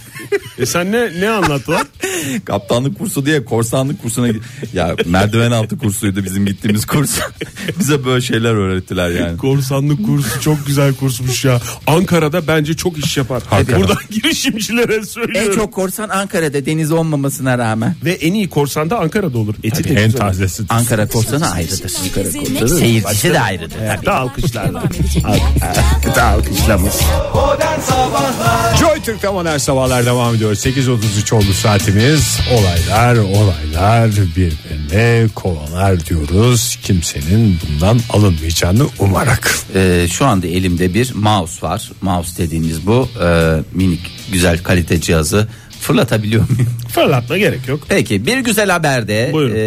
[SPEAKER 4] E sen ne ne anlattılar?
[SPEAKER 3] Kaptanlık kursu diye korsanlık kursuna gi- ya merdiven altı kursuydu bizim gittiğimiz kurs. Bize böyle şeyler öğrettiler yani.
[SPEAKER 4] Korsanlık kursu çok güzel kursmuş ya. Ankara'da bence çok iş yapar.
[SPEAKER 3] Hakikaten.
[SPEAKER 4] Buradan girişimcilere söylüyorum.
[SPEAKER 3] En çok korsan Ankara'da deniz olmamasına rağmen
[SPEAKER 4] Ve en iyi korsan da Ankara'da olur. Eti de
[SPEAKER 2] En
[SPEAKER 4] güzel.
[SPEAKER 2] tazesi.
[SPEAKER 3] Ankara korsanı ayrıdır.
[SPEAKER 6] Ankara
[SPEAKER 3] Seyircisi de ayrıdır.
[SPEAKER 4] Da alkışlarla.
[SPEAKER 2] Joy Türk'te modern sabahlar devam ediyor. 8.33 oldu saatimiz. Olaylar olaylar birbirine kovalar diyoruz. Kimsenin bundan alınmayacağını umarak.
[SPEAKER 3] Ee, şu anda elimde bir mouse var. Mouse dediğimiz bu e, minik güzel kalite cihazı fırlatabiliyor muyum?
[SPEAKER 4] Fırlatma gerek yok.
[SPEAKER 3] Peki bir güzel haberde
[SPEAKER 4] Buyurun.
[SPEAKER 3] e,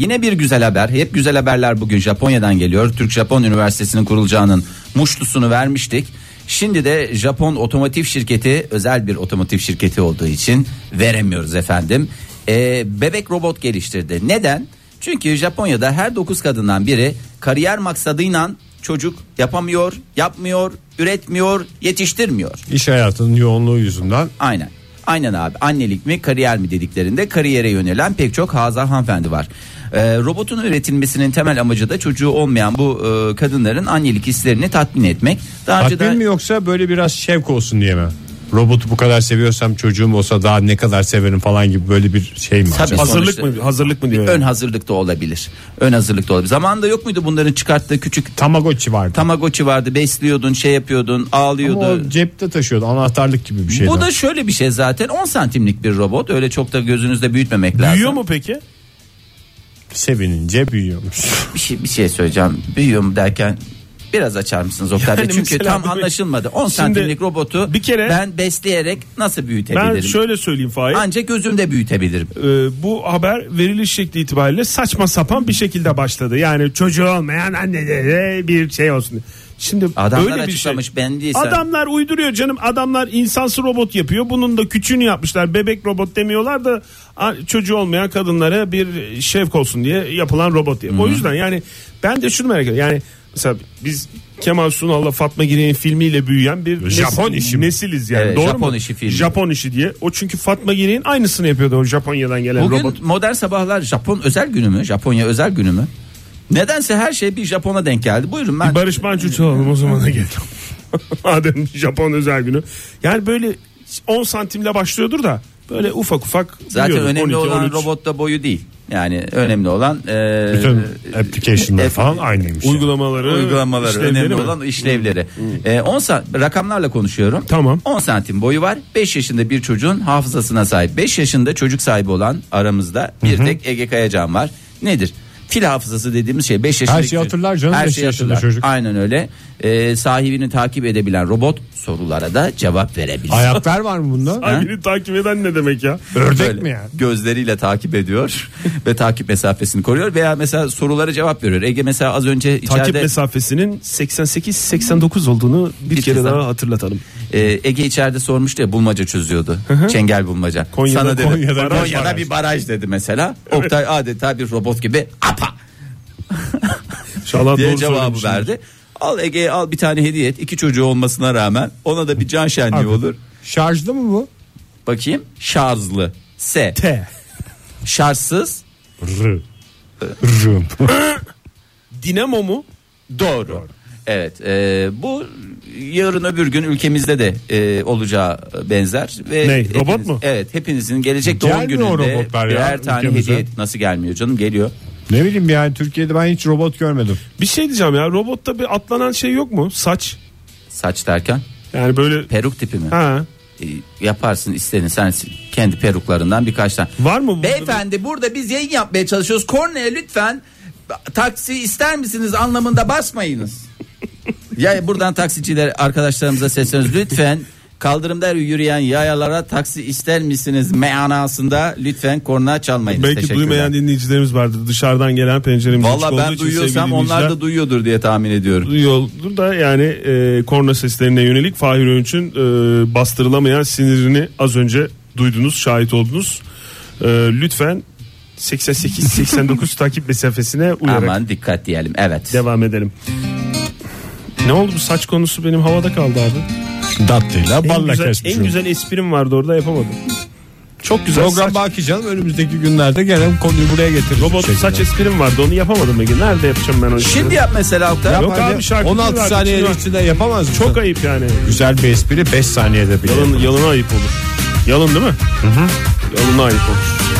[SPEAKER 3] yine bir güzel haber. Hep güzel haberler bugün Japonya'dan geliyor. Türk Japon Üniversitesi'nin kurulacağının muşlusunu vermiştik. Şimdi de Japon otomotiv şirketi özel bir otomotiv şirketi olduğu için veremiyoruz efendim. E, bebek robot geliştirdi. Neden? Çünkü Japonya'da her 9 kadından biri kariyer maksadıyla çocuk yapamıyor, yapmıyor, üretmiyor, yetiştirmiyor.
[SPEAKER 2] İş hayatının yoğunluğu yüzünden
[SPEAKER 3] Aynen. Aynen abi. Annelik mi kariyer mi dediklerinde kariyere yönelen pek çok hazar hanımefendi var. Ee, robotun üretilmesinin temel amacı da çocuğu olmayan bu e, kadınların annelik hislerini tatmin etmek. Daha önce
[SPEAKER 2] tatmin
[SPEAKER 3] de-
[SPEAKER 2] mi yoksa böyle biraz şevk olsun diye mi? Robotu bu kadar seviyorsam çocuğum olsa daha ne kadar severim falan gibi böyle bir şey mi?
[SPEAKER 3] Tabii.
[SPEAKER 2] acaba?
[SPEAKER 4] Hazırlık
[SPEAKER 3] sonuçta-
[SPEAKER 4] mı? Hazırlık mı diyor.
[SPEAKER 3] ön
[SPEAKER 4] yani?
[SPEAKER 3] hazırlık da olabilir. Ön hazırlık da olabilir. Zamanında yok muydu bunların çıkarttığı küçük
[SPEAKER 2] Tamagotchi vardı.
[SPEAKER 3] Tamagotchi vardı. Besliyordun, şey yapıyordun,
[SPEAKER 2] Ama o
[SPEAKER 3] ağlıyordu.
[SPEAKER 2] cepte taşıyordu anahtarlık gibi bir şeydi.
[SPEAKER 3] Bu da şöyle bir şey zaten 10 santimlik bir robot. Öyle çok da gözünüzde büyütmemek lazım.
[SPEAKER 4] Büyüyor mu peki?
[SPEAKER 2] Sevinince büyüyormuş.
[SPEAKER 3] bir şey bir şey söyleyeceğim. Büyüyor mu derken biraz açar mısınız Oktay Bey?
[SPEAKER 4] Yani
[SPEAKER 3] Çünkü
[SPEAKER 4] mesela
[SPEAKER 3] tam
[SPEAKER 4] bu-
[SPEAKER 3] anlaşılmadı. 10
[SPEAKER 4] Şimdi
[SPEAKER 3] santimlik robotu
[SPEAKER 4] bir kere-
[SPEAKER 3] ben besleyerek nasıl büyütebilirim?
[SPEAKER 4] Ben şöyle söyleyeyim Fahir.
[SPEAKER 3] Ancak gözümde büyütebilirim.
[SPEAKER 4] Ee, bu haber veriliş şekli itibariyle saçma sapan bir şekilde başladı. Yani çocuğu olmayan annelere bir şey olsun. Şimdi
[SPEAKER 3] Adamlar
[SPEAKER 4] öyle bir şey.
[SPEAKER 3] açıklamış ben değilsem.
[SPEAKER 4] Adamlar uyduruyor canım. Adamlar insansı robot yapıyor. Bunun da küçüğünü yapmışlar. Bebek robot demiyorlar da a- çocuğu olmayan kadınlara bir şevk olsun diye yapılan robot diye. O yüzden yani ben de şunu merak ediyorum. Yani mesela biz Kemal Sunal'la Fatma Girey'in filmiyle büyüyen bir nesil-
[SPEAKER 2] Japon işi mi?
[SPEAKER 4] nesiliz yani.
[SPEAKER 3] Evet,
[SPEAKER 4] Doğru
[SPEAKER 3] Japon
[SPEAKER 4] mu?
[SPEAKER 3] işi filmi.
[SPEAKER 4] Japon işi diye. O çünkü Fatma Girey'in aynısını yapıyordu o Japonya'dan gelen
[SPEAKER 3] Bugün
[SPEAKER 4] robot.
[SPEAKER 3] modern sabahlar Japon özel günü mü? Japonya özel günü mü? Nedense her şey bir Japon'a denk geldi. Buyurun ben.
[SPEAKER 4] Barış Manço çalalım o zaman da gelelim. Madem Japon özel günü. Yani böyle 10 santimle başlıyordur da böyle ufak ufak
[SPEAKER 3] Zaten
[SPEAKER 4] büyüyordu.
[SPEAKER 3] önemli
[SPEAKER 4] 12,
[SPEAKER 3] olan
[SPEAKER 4] 13.
[SPEAKER 3] robotta boyu değil. Yani önemli olan e,
[SPEAKER 2] Bütün application'lar
[SPEAKER 3] e,
[SPEAKER 2] falan aynıymış. yani.
[SPEAKER 4] uygulamaları,
[SPEAKER 3] uygulamaları
[SPEAKER 4] işlevleri
[SPEAKER 3] önemli
[SPEAKER 4] mi?
[SPEAKER 3] olan işlevleri. E, 10 sa- rakamlarla konuşuyorum.
[SPEAKER 4] Tamam.
[SPEAKER 3] 10 santim boyu var. 5 yaşında bir çocuğun hafızasına sahip. 5 yaşında çocuk sahibi olan aramızda bir tek Ege Kayacan var. Nedir? Fil hafızası dediğimiz şey 5 yaşında.
[SPEAKER 2] şeyi hatırlar canım, beş yaşında çocuk.
[SPEAKER 3] Aynen öyle. E, sahibini takip edebilen robot sorulara da cevap verebilir.
[SPEAKER 2] Ayaklar var mı bunda?
[SPEAKER 4] Ay, beni takip eden ne demek ya?
[SPEAKER 2] Ördek
[SPEAKER 3] Böyle
[SPEAKER 2] mi yani?
[SPEAKER 3] Gözleriyle takip ediyor ve takip mesafesini koruyor veya mesela sorulara cevap veriyor. Ege mesela az önce
[SPEAKER 4] Takip
[SPEAKER 3] içeride
[SPEAKER 4] mesafesinin 88-89 olduğunu bir,
[SPEAKER 3] Bir
[SPEAKER 4] kere
[SPEAKER 3] kez daha.
[SPEAKER 4] daha hatırlatalım.
[SPEAKER 3] e, Ege içeride sormuştu ya bulmaca çözüyordu. Çengel bulmaca.
[SPEAKER 4] Konya'da-
[SPEAKER 3] Sana dedi,
[SPEAKER 4] Konya'da
[SPEAKER 3] Konya'da,
[SPEAKER 4] bir
[SPEAKER 3] Konya'da bir baraj dedi mesela. Oktay adeta bir robot gibi apa
[SPEAKER 4] İnşallah
[SPEAKER 3] diye
[SPEAKER 4] doğru
[SPEAKER 3] cevabı
[SPEAKER 4] söylemişim.
[SPEAKER 3] verdi. Al Ege'ye al bir tane hediye et. İki çocuğu olmasına rağmen ona da bir can şenliği olur.
[SPEAKER 2] Şarjlı mı bu?
[SPEAKER 3] Bakayım şarjlı. S.
[SPEAKER 2] T.
[SPEAKER 3] Şarjsız.
[SPEAKER 2] R. Rım.
[SPEAKER 4] Dinamo mu?
[SPEAKER 3] Doğru. Evet, e, bu yarın öbür gün ülkemizde de e, olacağı benzer ve
[SPEAKER 4] Ne,
[SPEAKER 3] hepiniz-
[SPEAKER 4] robot mu?
[SPEAKER 3] Evet, hepinizin gelecek doğum
[SPEAKER 2] Gelmiyor
[SPEAKER 3] gününde
[SPEAKER 2] robotlar ya
[SPEAKER 3] birer tane
[SPEAKER 2] ülkemize.
[SPEAKER 3] hediye nasıl gelmiyor canım geliyor.
[SPEAKER 2] ne bileyim yani Türkiye'de ben hiç robot görmedim.
[SPEAKER 4] Bir şey diyeceğim ya robotta bir atlanan şey yok mu? Saç.
[SPEAKER 3] Saç derken
[SPEAKER 4] Yani böyle
[SPEAKER 3] peruk tipi mi?
[SPEAKER 4] ha
[SPEAKER 3] E, yaparsın isterin sen kendi peruklarından birkaç tane.
[SPEAKER 4] var mı? bu?
[SPEAKER 3] Beyefendi burada biz yayın yapmaya çalışıyoruz. Korneye lütfen taksi ister misiniz anlamında basmayınız. ya buradan taksiciler arkadaşlarımıza sesleniyoruz. Lütfen kaldırımda yürüyen yayalara taksi ister misiniz meanasında lütfen korna çalmayınız.
[SPEAKER 4] Belki
[SPEAKER 3] Teşekkürler.
[SPEAKER 4] duymayan dinleyicilerimiz vardır. Dışarıdan gelen penceremiz
[SPEAKER 3] Valla ben duyuyorsam onlar da duyuyordur diye tahmin ediyorum.
[SPEAKER 4] duyuyordur da yani e, korna seslerine yönelik Fahir Öğünç'ün e, bastırılamayan sinirini az önce duydunuz, şahit oldunuz. E, lütfen 88-89 takip mesafesine uyarak
[SPEAKER 3] Aman dikkat diyelim. Evet.
[SPEAKER 4] devam edelim. Ne oldu bu saç konusu benim havada kaldı abi.
[SPEAKER 2] Datlıyla
[SPEAKER 4] En
[SPEAKER 2] balla
[SPEAKER 4] güzel,
[SPEAKER 2] kesmiş.
[SPEAKER 4] en güzel esprim vardı orada yapamadım. Çok güzel
[SPEAKER 2] Program
[SPEAKER 4] saç-
[SPEAKER 2] baki canım önümüzdeki günlerde gene konuyu buraya Şey getirir.
[SPEAKER 4] Robot saç esprim vardı onu yapamadım Ege. Nerede yapacağım ben onu?
[SPEAKER 3] Şimdi yap mesela Oktay.
[SPEAKER 4] Yok abi, şarkı
[SPEAKER 2] 16
[SPEAKER 4] var,
[SPEAKER 2] saniye
[SPEAKER 4] şarkı var.
[SPEAKER 2] içinde yapamaz mısın?
[SPEAKER 4] Çok ayıp yani.
[SPEAKER 2] güzel bir espri 5 saniyede bile.
[SPEAKER 4] Yalan, yalana ayıp olur. Yalın değil mi? Hı hı. Yalına ayıp olur.